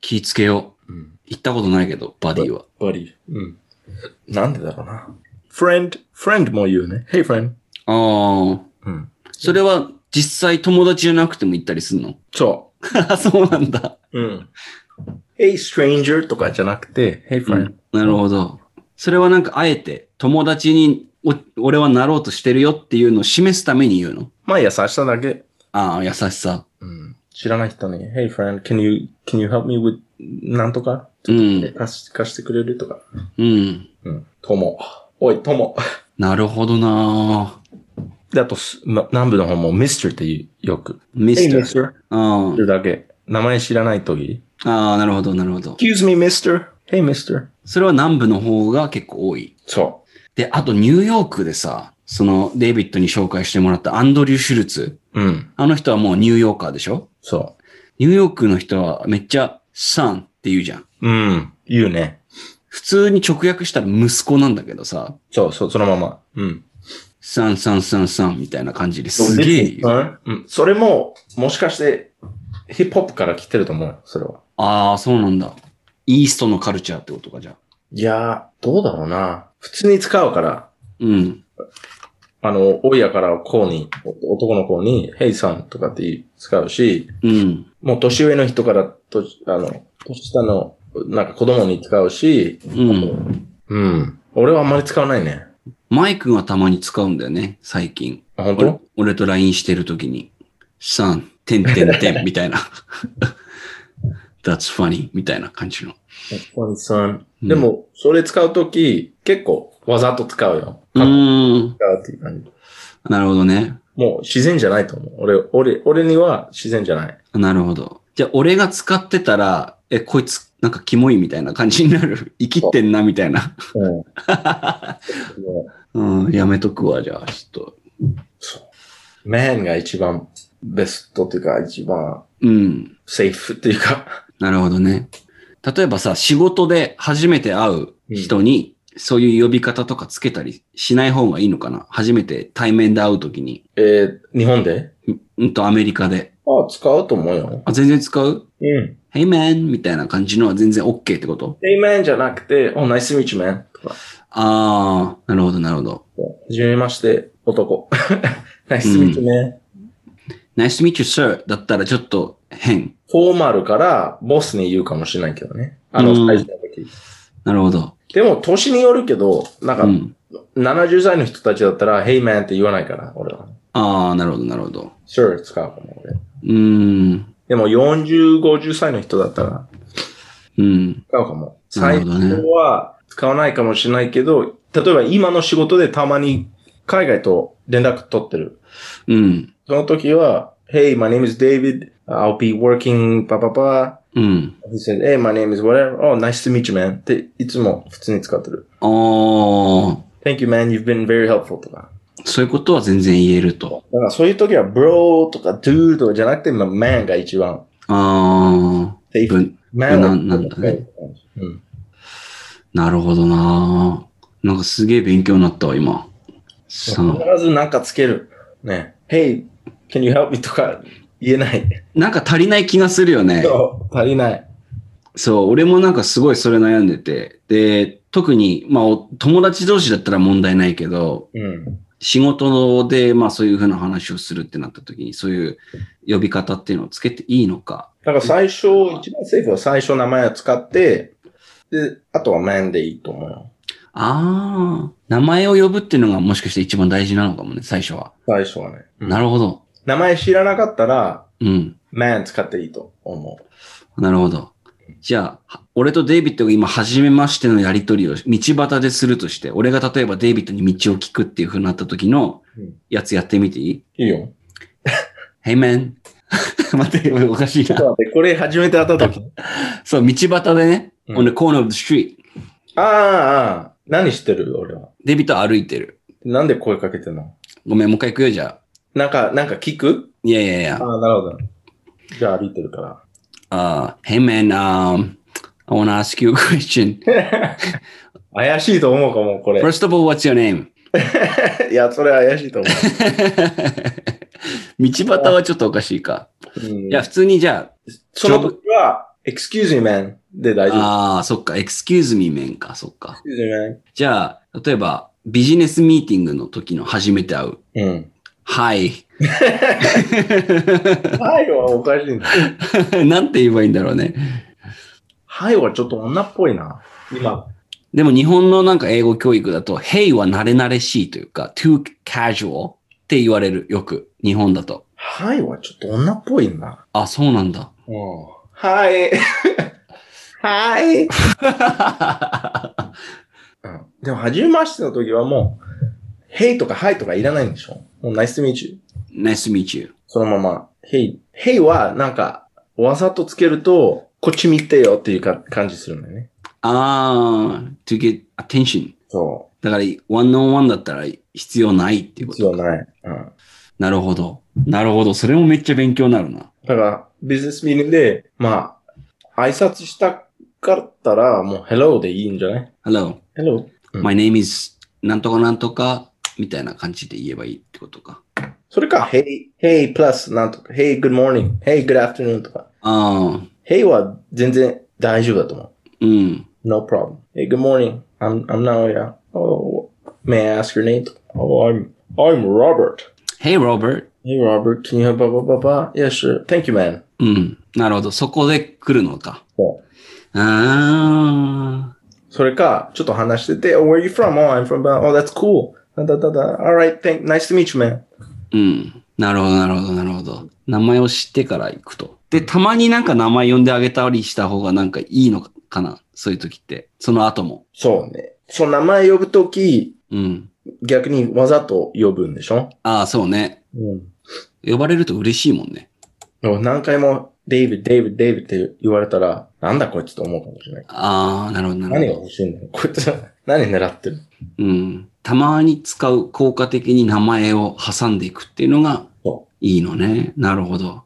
[SPEAKER 1] 気ぃつけよう。
[SPEAKER 2] うん。
[SPEAKER 1] 行ったことないけど、バディは。
[SPEAKER 2] buddy。うん。なんでだろうな。friend, friend も言うね。Hey, friend!
[SPEAKER 1] ああ、
[SPEAKER 2] うん。
[SPEAKER 1] それは実際友達じゃなくても行ったりするの
[SPEAKER 2] そ
[SPEAKER 1] あ そうなんだ。
[SPEAKER 2] う。うん。Hey, stranger! とかじゃなくて、Hey,
[SPEAKER 1] う
[SPEAKER 2] friend!
[SPEAKER 1] ん、なるほど。それはなんかあえて友達にお俺はなろうとしてるよっていうのを示すために言うの。
[SPEAKER 2] まあ、優しさだけ。
[SPEAKER 1] ああ、優しさ。
[SPEAKER 2] うん知らない人に、Hey friend, can you, can you help me with なんとか
[SPEAKER 1] うん。
[SPEAKER 2] 貸し貸してくれるとか。
[SPEAKER 1] うん。
[SPEAKER 2] うん。友。おい、友。
[SPEAKER 1] なるほどなぁ。
[SPEAKER 2] で、あとす、ま南部の方も Mr. って言う、よく。
[SPEAKER 1] ミス
[SPEAKER 2] Hey,
[SPEAKER 1] ター。
[SPEAKER 2] Mr.
[SPEAKER 1] あ
[SPEAKER 2] それだけ。名前知らないとき。
[SPEAKER 1] あああ、なるほど、なるほど。
[SPEAKER 2] Excuse me, Mr. Hey, Mr.
[SPEAKER 1] それは南部の方が結構多い。
[SPEAKER 2] そ
[SPEAKER 1] で、あとニューヨークでさ、そのデイビッドに紹介してもらったアンドリュー・シュルツ。
[SPEAKER 2] う。うん。
[SPEAKER 1] あの人はもうニューヨーカーでしょ
[SPEAKER 2] そ
[SPEAKER 1] ニューヨークの人はめっちゃ、サンって言うじゃん。
[SPEAKER 2] う。うん。言うね。
[SPEAKER 1] 普通に直訳したら息子なんだけどさ、
[SPEAKER 2] そうそう、そのまま。うん。
[SPEAKER 1] サンサンサンサンみたいな感じですげえ言う。
[SPEAKER 2] うん。それも、もしかして、ヒップホップから来てると思うよ、それは。
[SPEAKER 1] ああ、そうなんだ。イーストのカルチャーってことか、じゃあ。
[SPEAKER 2] いやー、どうだろうな。普通に使うから。
[SPEAKER 1] うん。
[SPEAKER 2] あの、親から子に、お男の子に、ヘイさんとかって使うし、
[SPEAKER 1] うん。
[SPEAKER 2] もう年上の人からと、あの、年下の、なんか子供に使うし、
[SPEAKER 1] うん。
[SPEAKER 2] うん。俺はあんまり使わないね。
[SPEAKER 1] マイクがたまに使うんだよね、最近。
[SPEAKER 2] あ本
[SPEAKER 1] 俺
[SPEAKER 2] 当
[SPEAKER 1] 俺と LINE してるときに、さん、てんてん てん、みたいな。That's funny, みたいな感じの。
[SPEAKER 2] おさん。
[SPEAKER 1] うん
[SPEAKER 2] でも、それ使うとき、結構、わざと使うよ。
[SPEAKER 1] うーん。
[SPEAKER 2] 使うっていう感じ。
[SPEAKER 1] なるほどね。
[SPEAKER 2] もう自然じゃないと思う。俺、俺、俺には自然じゃない。
[SPEAKER 1] なるほど。じゃあ、俺が使ってたら、え、こいつ、なんかキモいみたいな感じにな る。生きってんな、みたいな。
[SPEAKER 2] うん。
[SPEAKER 1] うん、やめとくわ、じゃあ、ちょっと。
[SPEAKER 2] そう。man が一番ベストっていうか、一番
[SPEAKER 1] うん。
[SPEAKER 2] セーフっていう か。
[SPEAKER 1] なるほどね。例えばさ、仕事で初めて会う人に、そういう呼び方とかつけたりしない方がいいのかな初めて対面で会うときに。
[SPEAKER 2] えー、日本で
[SPEAKER 1] んんと、アメリカで。
[SPEAKER 2] あ、使うと思うよ。
[SPEAKER 1] あ、全然使う
[SPEAKER 2] うん。
[SPEAKER 1] ?Hey man! みたいな感じのは全然 OK ってこと
[SPEAKER 2] ヘイマンじゃなくて、お、ナイスミーチマンとか。
[SPEAKER 1] あー、なるほど、なるほど。
[SPEAKER 2] はじめまして、男。 ナイスミーチマン。
[SPEAKER 1] Nice to meet you, sir! だったらちょっと変。
[SPEAKER 2] フォーマルからボスに言うかもしれないけどね。あの、
[SPEAKER 1] うん
[SPEAKER 2] 最初の時。
[SPEAKER 1] なるほど。
[SPEAKER 2] でも、年によるけど、な
[SPEAKER 1] うんん。
[SPEAKER 2] か、70歳の人たちだったら、ヘイマンって言わないから、俺は。
[SPEAKER 1] あー、なるほど、なるほど。
[SPEAKER 2] sure 使うかも、俺。
[SPEAKER 1] うーん。
[SPEAKER 2] でも、40、50歳の人だったら、
[SPEAKER 1] うん。
[SPEAKER 2] 使うかも。
[SPEAKER 1] なる
[SPEAKER 2] 最
[SPEAKER 1] ほ
[SPEAKER 2] 初
[SPEAKER 1] どね
[SPEAKER 2] は使わないかもしれないけど、例えば今の仕事でたまに海外と連絡取ってる。
[SPEAKER 1] うん。
[SPEAKER 2] その時は、Hey, my name is David. I'll be working, パパパ。
[SPEAKER 1] ううん。
[SPEAKER 2] He said, Hey, my name is whatever. Oh, nice to meet you, man. っていつも普通に使ってる。
[SPEAKER 1] あー、
[SPEAKER 2] Thank you, man. You've been very helpful とか。
[SPEAKER 1] そういうことは全然言えると。
[SPEAKER 2] だからそういう時は bro とか dude とかじゃなくて、まあ man が一番。
[SPEAKER 1] あ
[SPEAKER 2] safe
[SPEAKER 1] ー、分、
[SPEAKER 2] man
[SPEAKER 1] な
[SPEAKER 2] は
[SPEAKER 1] なんだね。
[SPEAKER 2] うん。
[SPEAKER 1] なるほどななんかすげえ勉強になったわ、今。さあ
[SPEAKER 2] 必ずなんかつける。ね。Hey, can you help me? とか言え ない。
[SPEAKER 1] なんか足りない気がするよね。
[SPEAKER 2] そう足りない。
[SPEAKER 1] そう、俺もなんかすごいそれ悩んでて。で、特に、まあ、お友達同士だったら問題ないけど、
[SPEAKER 2] うん。
[SPEAKER 1] 仕事で、まあそういうふうな話をするってなった時に、そういう呼び方っていうのをつけていいのか。
[SPEAKER 2] だから最初、一番セーフは最初名前を使って、で、あとは man でいいと思うよ。
[SPEAKER 1] ああ、名前を呼ぶっていうのがもしかして一番大事なのかもね、最初は。
[SPEAKER 2] 最初はね。
[SPEAKER 1] なるほど。
[SPEAKER 2] 名前知らなかったら、
[SPEAKER 1] うん。
[SPEAKER 2] man 使っていいと思う。
[SPEAKER 1] なるほど。じゃあ、は俺とデイビッドが今、初めましてのやりとりを道端でするとして、俺が例えばデイビッドに道を聞くっていう風になった時の
[SPEAKER 2] うん
[SPEAKER 1] やつやってみていい、
[SPEAKER 2] いいよ。
[SPEAKER 1] ヘイメン。 待って、おかしいな。
[SPEAKER 2] で、これ初めて会った時。
[SPEAKER 1] そう、道端でね、
[SPEAKER 2] うん
[SPEAKER 1] on the corner of the street、
[SPEAKER 2] ああ、ああ、何してる俺は。
[SPEAKER 1] デイビッドは歩いてる。
[SPEAKER 2] なんで声かけてんの
[SPEAKER 1] ごめん、もう一回行くよ、じゃあ。
[SPEAKER 2] なんか、なんか聞く
[SPEAKER 1] いやいやいや
[SPEAKER 2] あ。あ、なるほど。じゃあ歩いてるから。
[SPEAKER 1] Uh, hey man, um, I want to ask you a question.
[SPEAKER 2] 怪しいと思うかも、これ。
[SPEAKER 1] First of all, what's your name?
[SPEAKER 2] いや、それ怪しいと思
[SPEAKER 1] 道端はちょっとおかしいか。
[SPEAKER 2] う。う
[SPEAKER 1] い
[SPEAKER 2] ん
[SPEAKER 1] や、普通にじゃ
[SPEAKER 2] その時は、excuse me, man で大
[SPEAKER 1] あ、
[SPEAKER 2] 丈夫。
[SPEAKER 1] ああ、そっか、excuse me man か、そっか。
[SPEAKER 2] excuse
[SPEAKER 1] じゃあ、例えば、ビジネスミーティングの時の初めて会う。
[SPEAKER 2] me, man。
[SPEAKER 1] はい。
[SPEAKER 2] うん。はいはおかしいな。
[SPEAKER 1] なんて言えばいいんだろうね。
[SPEAKER 2] はいはちょっと女っぽいな。今。
[SPEAKER 1] でも日本のなんか英語教育だと、hey は慣れ慣れしいというか、too casual って言われる、よく。日本だと。
[SPEAKER 2] はいはちょっと女っぽいな。
[SPEAKER 1] あ、そうなんだ。
[SPEAKER 2] うん。 はい。はい。うんでも、初めましての時はもう、Hey とか Hi とかいらないんでしょもう Nice to meet you.
[SPEAKER 1] nice to meet you.
[SPEAKER 2] そのまま。Hey。Hey は、なんか、わざとつけると、こっち見てよっていうか感じするんだよね。
[SPEAKER 1] あー、to get attention.
[SPEAKER 2] そ
[SPEAKER 1] だから、ワンオンワンだったら必要ないっていう
[SPEAKER 2] う。
[SPEAKER 1] こ
[SPEAKER 2] 必
[SPEAKER 1] と
[SPEAKER 2] 要
[SPEAKER 1] か。
[SPEAKER 2] ない。うん。
[SPEAKER 1] なるほど。なるほど。それもめっちゃ勉強になるな。
[SPEAKER 2] だから、ビジネスミーティングで、まあ、挨拶したかったら、もう Hello でいいんじゃない
[SPEAKER 1] Hello,
[SPEAKER 2] ?Hello?
[SPEAKER 1] my name is なんとかなんとかみたいな感じで言えばいいってことか。
[SPEAKER 2] それか、Hey, Hey plus なんとか、Hey, good morning, Hey, good afternoon とか。
[SPEAKER 1] あー、
[SPEAKER 2] Hey は全然大丈夫だと思
[SPEAKER 1] う
[SPEAKER 2] う。
[SPEAKER 1] ん。
[SPEAKER 2] No problem. Hey, good morning. I'm I'm Naoya. Oh, may I ask your name? Oh, I'm I'm Robert.
[SPEAKER 1] Hey Robert.
[SPEAKER 2] Hey, Robert. Can you help? Blah blah blah. blah? Yeah, sure. Thank you, man.
[SPEAKER 1] うん。なるほど。そこで来るのか。
[SPEAKER 2] そう
[SPEAKER 1] ああ。
[SPEAKER 2] それかちょっと話してて、oh, Where are you from? Oh, I'm from. Bla- Oh, that's cool. だだだだ。All right. Thank. Nice to meet you, man.
[SPEAKER 1] うん。なるほど、なるほど、なるほど。名前を知ってから行くと。で、たまになんか名前呼んであげたりした方がなんかいいのかな。そういう時って。その後も。
[SPEAKER 2] そうね。その名前呼ぶとき、
[SPEAKER 1] うん。
[SPEAKER 2] 逆にわざと呼ぶんでしょ
[SPEAKER 1] ああ、そうね。
[SPEAKER 2] うん。
[SPEAKER 1] 呼ばれると嬉しいもんね。
[SPEAKER 2] でも何回も、デイビッド、デイビッド、デイビッドって言われたら、なんだこいつと思うかもしれない。
[SPEAKER 1] ああ、なるほど、な
[SPEAKER 2] 何
[SPEAKER 1] る
[SPEAKER 2] が
[SPEAKER 1] ほど。
[SPEAKER 2] 欲しいんだろうこいつ、何狙ってる
[SPEAKER 1] うん。たまに使う効果的に名前を挟んでいくっていうのが
[SPEAKER 2] そう。
[SPEAKER 1] いいのね。なるほど。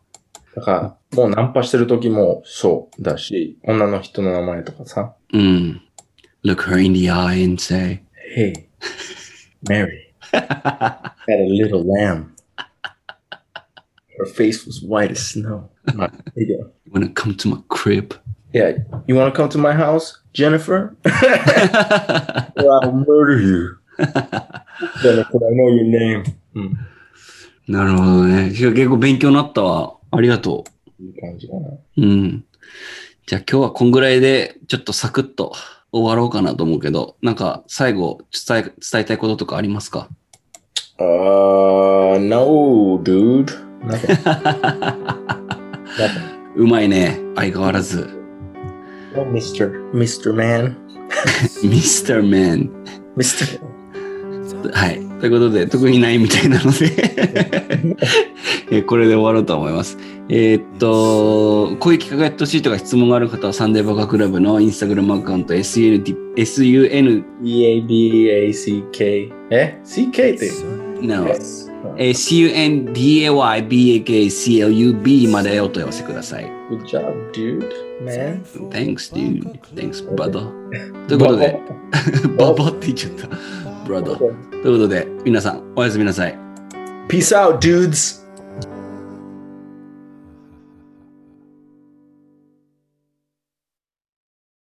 [SPEAKER 2] だから、もうナンパしてる時もそうだし、女の人の名前とかさ、
[SPEAKER 1] うん。look her in the eye and say,
[SPEAKER 2] Hey, Mary, had a little lamb. Her face was white as snow. My- yeah.
[SPEAKER 1] you wanna come to my crib?
[SPEAKER 2] yeah, you want to come to my house, Jennifer? or I'll murder you. Jennifer, I know your name. うん。
[SPEAKER 1] なるほどね。いや結構勉強になったわ。ありがと
[SPEAKER 2] いい感じかな。
[SPEAKER 1] う。うん。じゃあ今日はこんぐらいで、ちょっとサクッと終わろうかなと思うけど、なんか最後伝え、伝えたいこととかありますか
[SPEAKER 2] Uh, no, dude. Nothing. Nothing.
[SPEAKER 1] うまいね。相変わらず。
[SPEAKER 2] No, Mr. Mr. Man.
[SPEAKER 1] Mr. Man。
[SPEAKER 2] Mr.
[SPEAKER 1] はい。ということで、特にないみたいなので、 えーこれで終わろうと思います。えーっと、こういう企画やってほしいとか質問がある方は、サンデーバカクラブのインスタグラムアカウント、SUN、SUN、
[SPEAKER 2] E EABACK。え ?CK って言う。
[SPEAKER 1] な
[SPEAKER 2] Yes.
[SPEAKER 1] SUNDAYBAKCLUB までお問い合わせください。
[SPEAKER 2] Good job, dude. Man.
[SPEAKER 1] Thanks, dude. Thanks, brother. ということで、 ババって言っちゃった。brother。ということで、皆さん、おやすみなさい。
[SPEAKER 2] Peace out, dudes.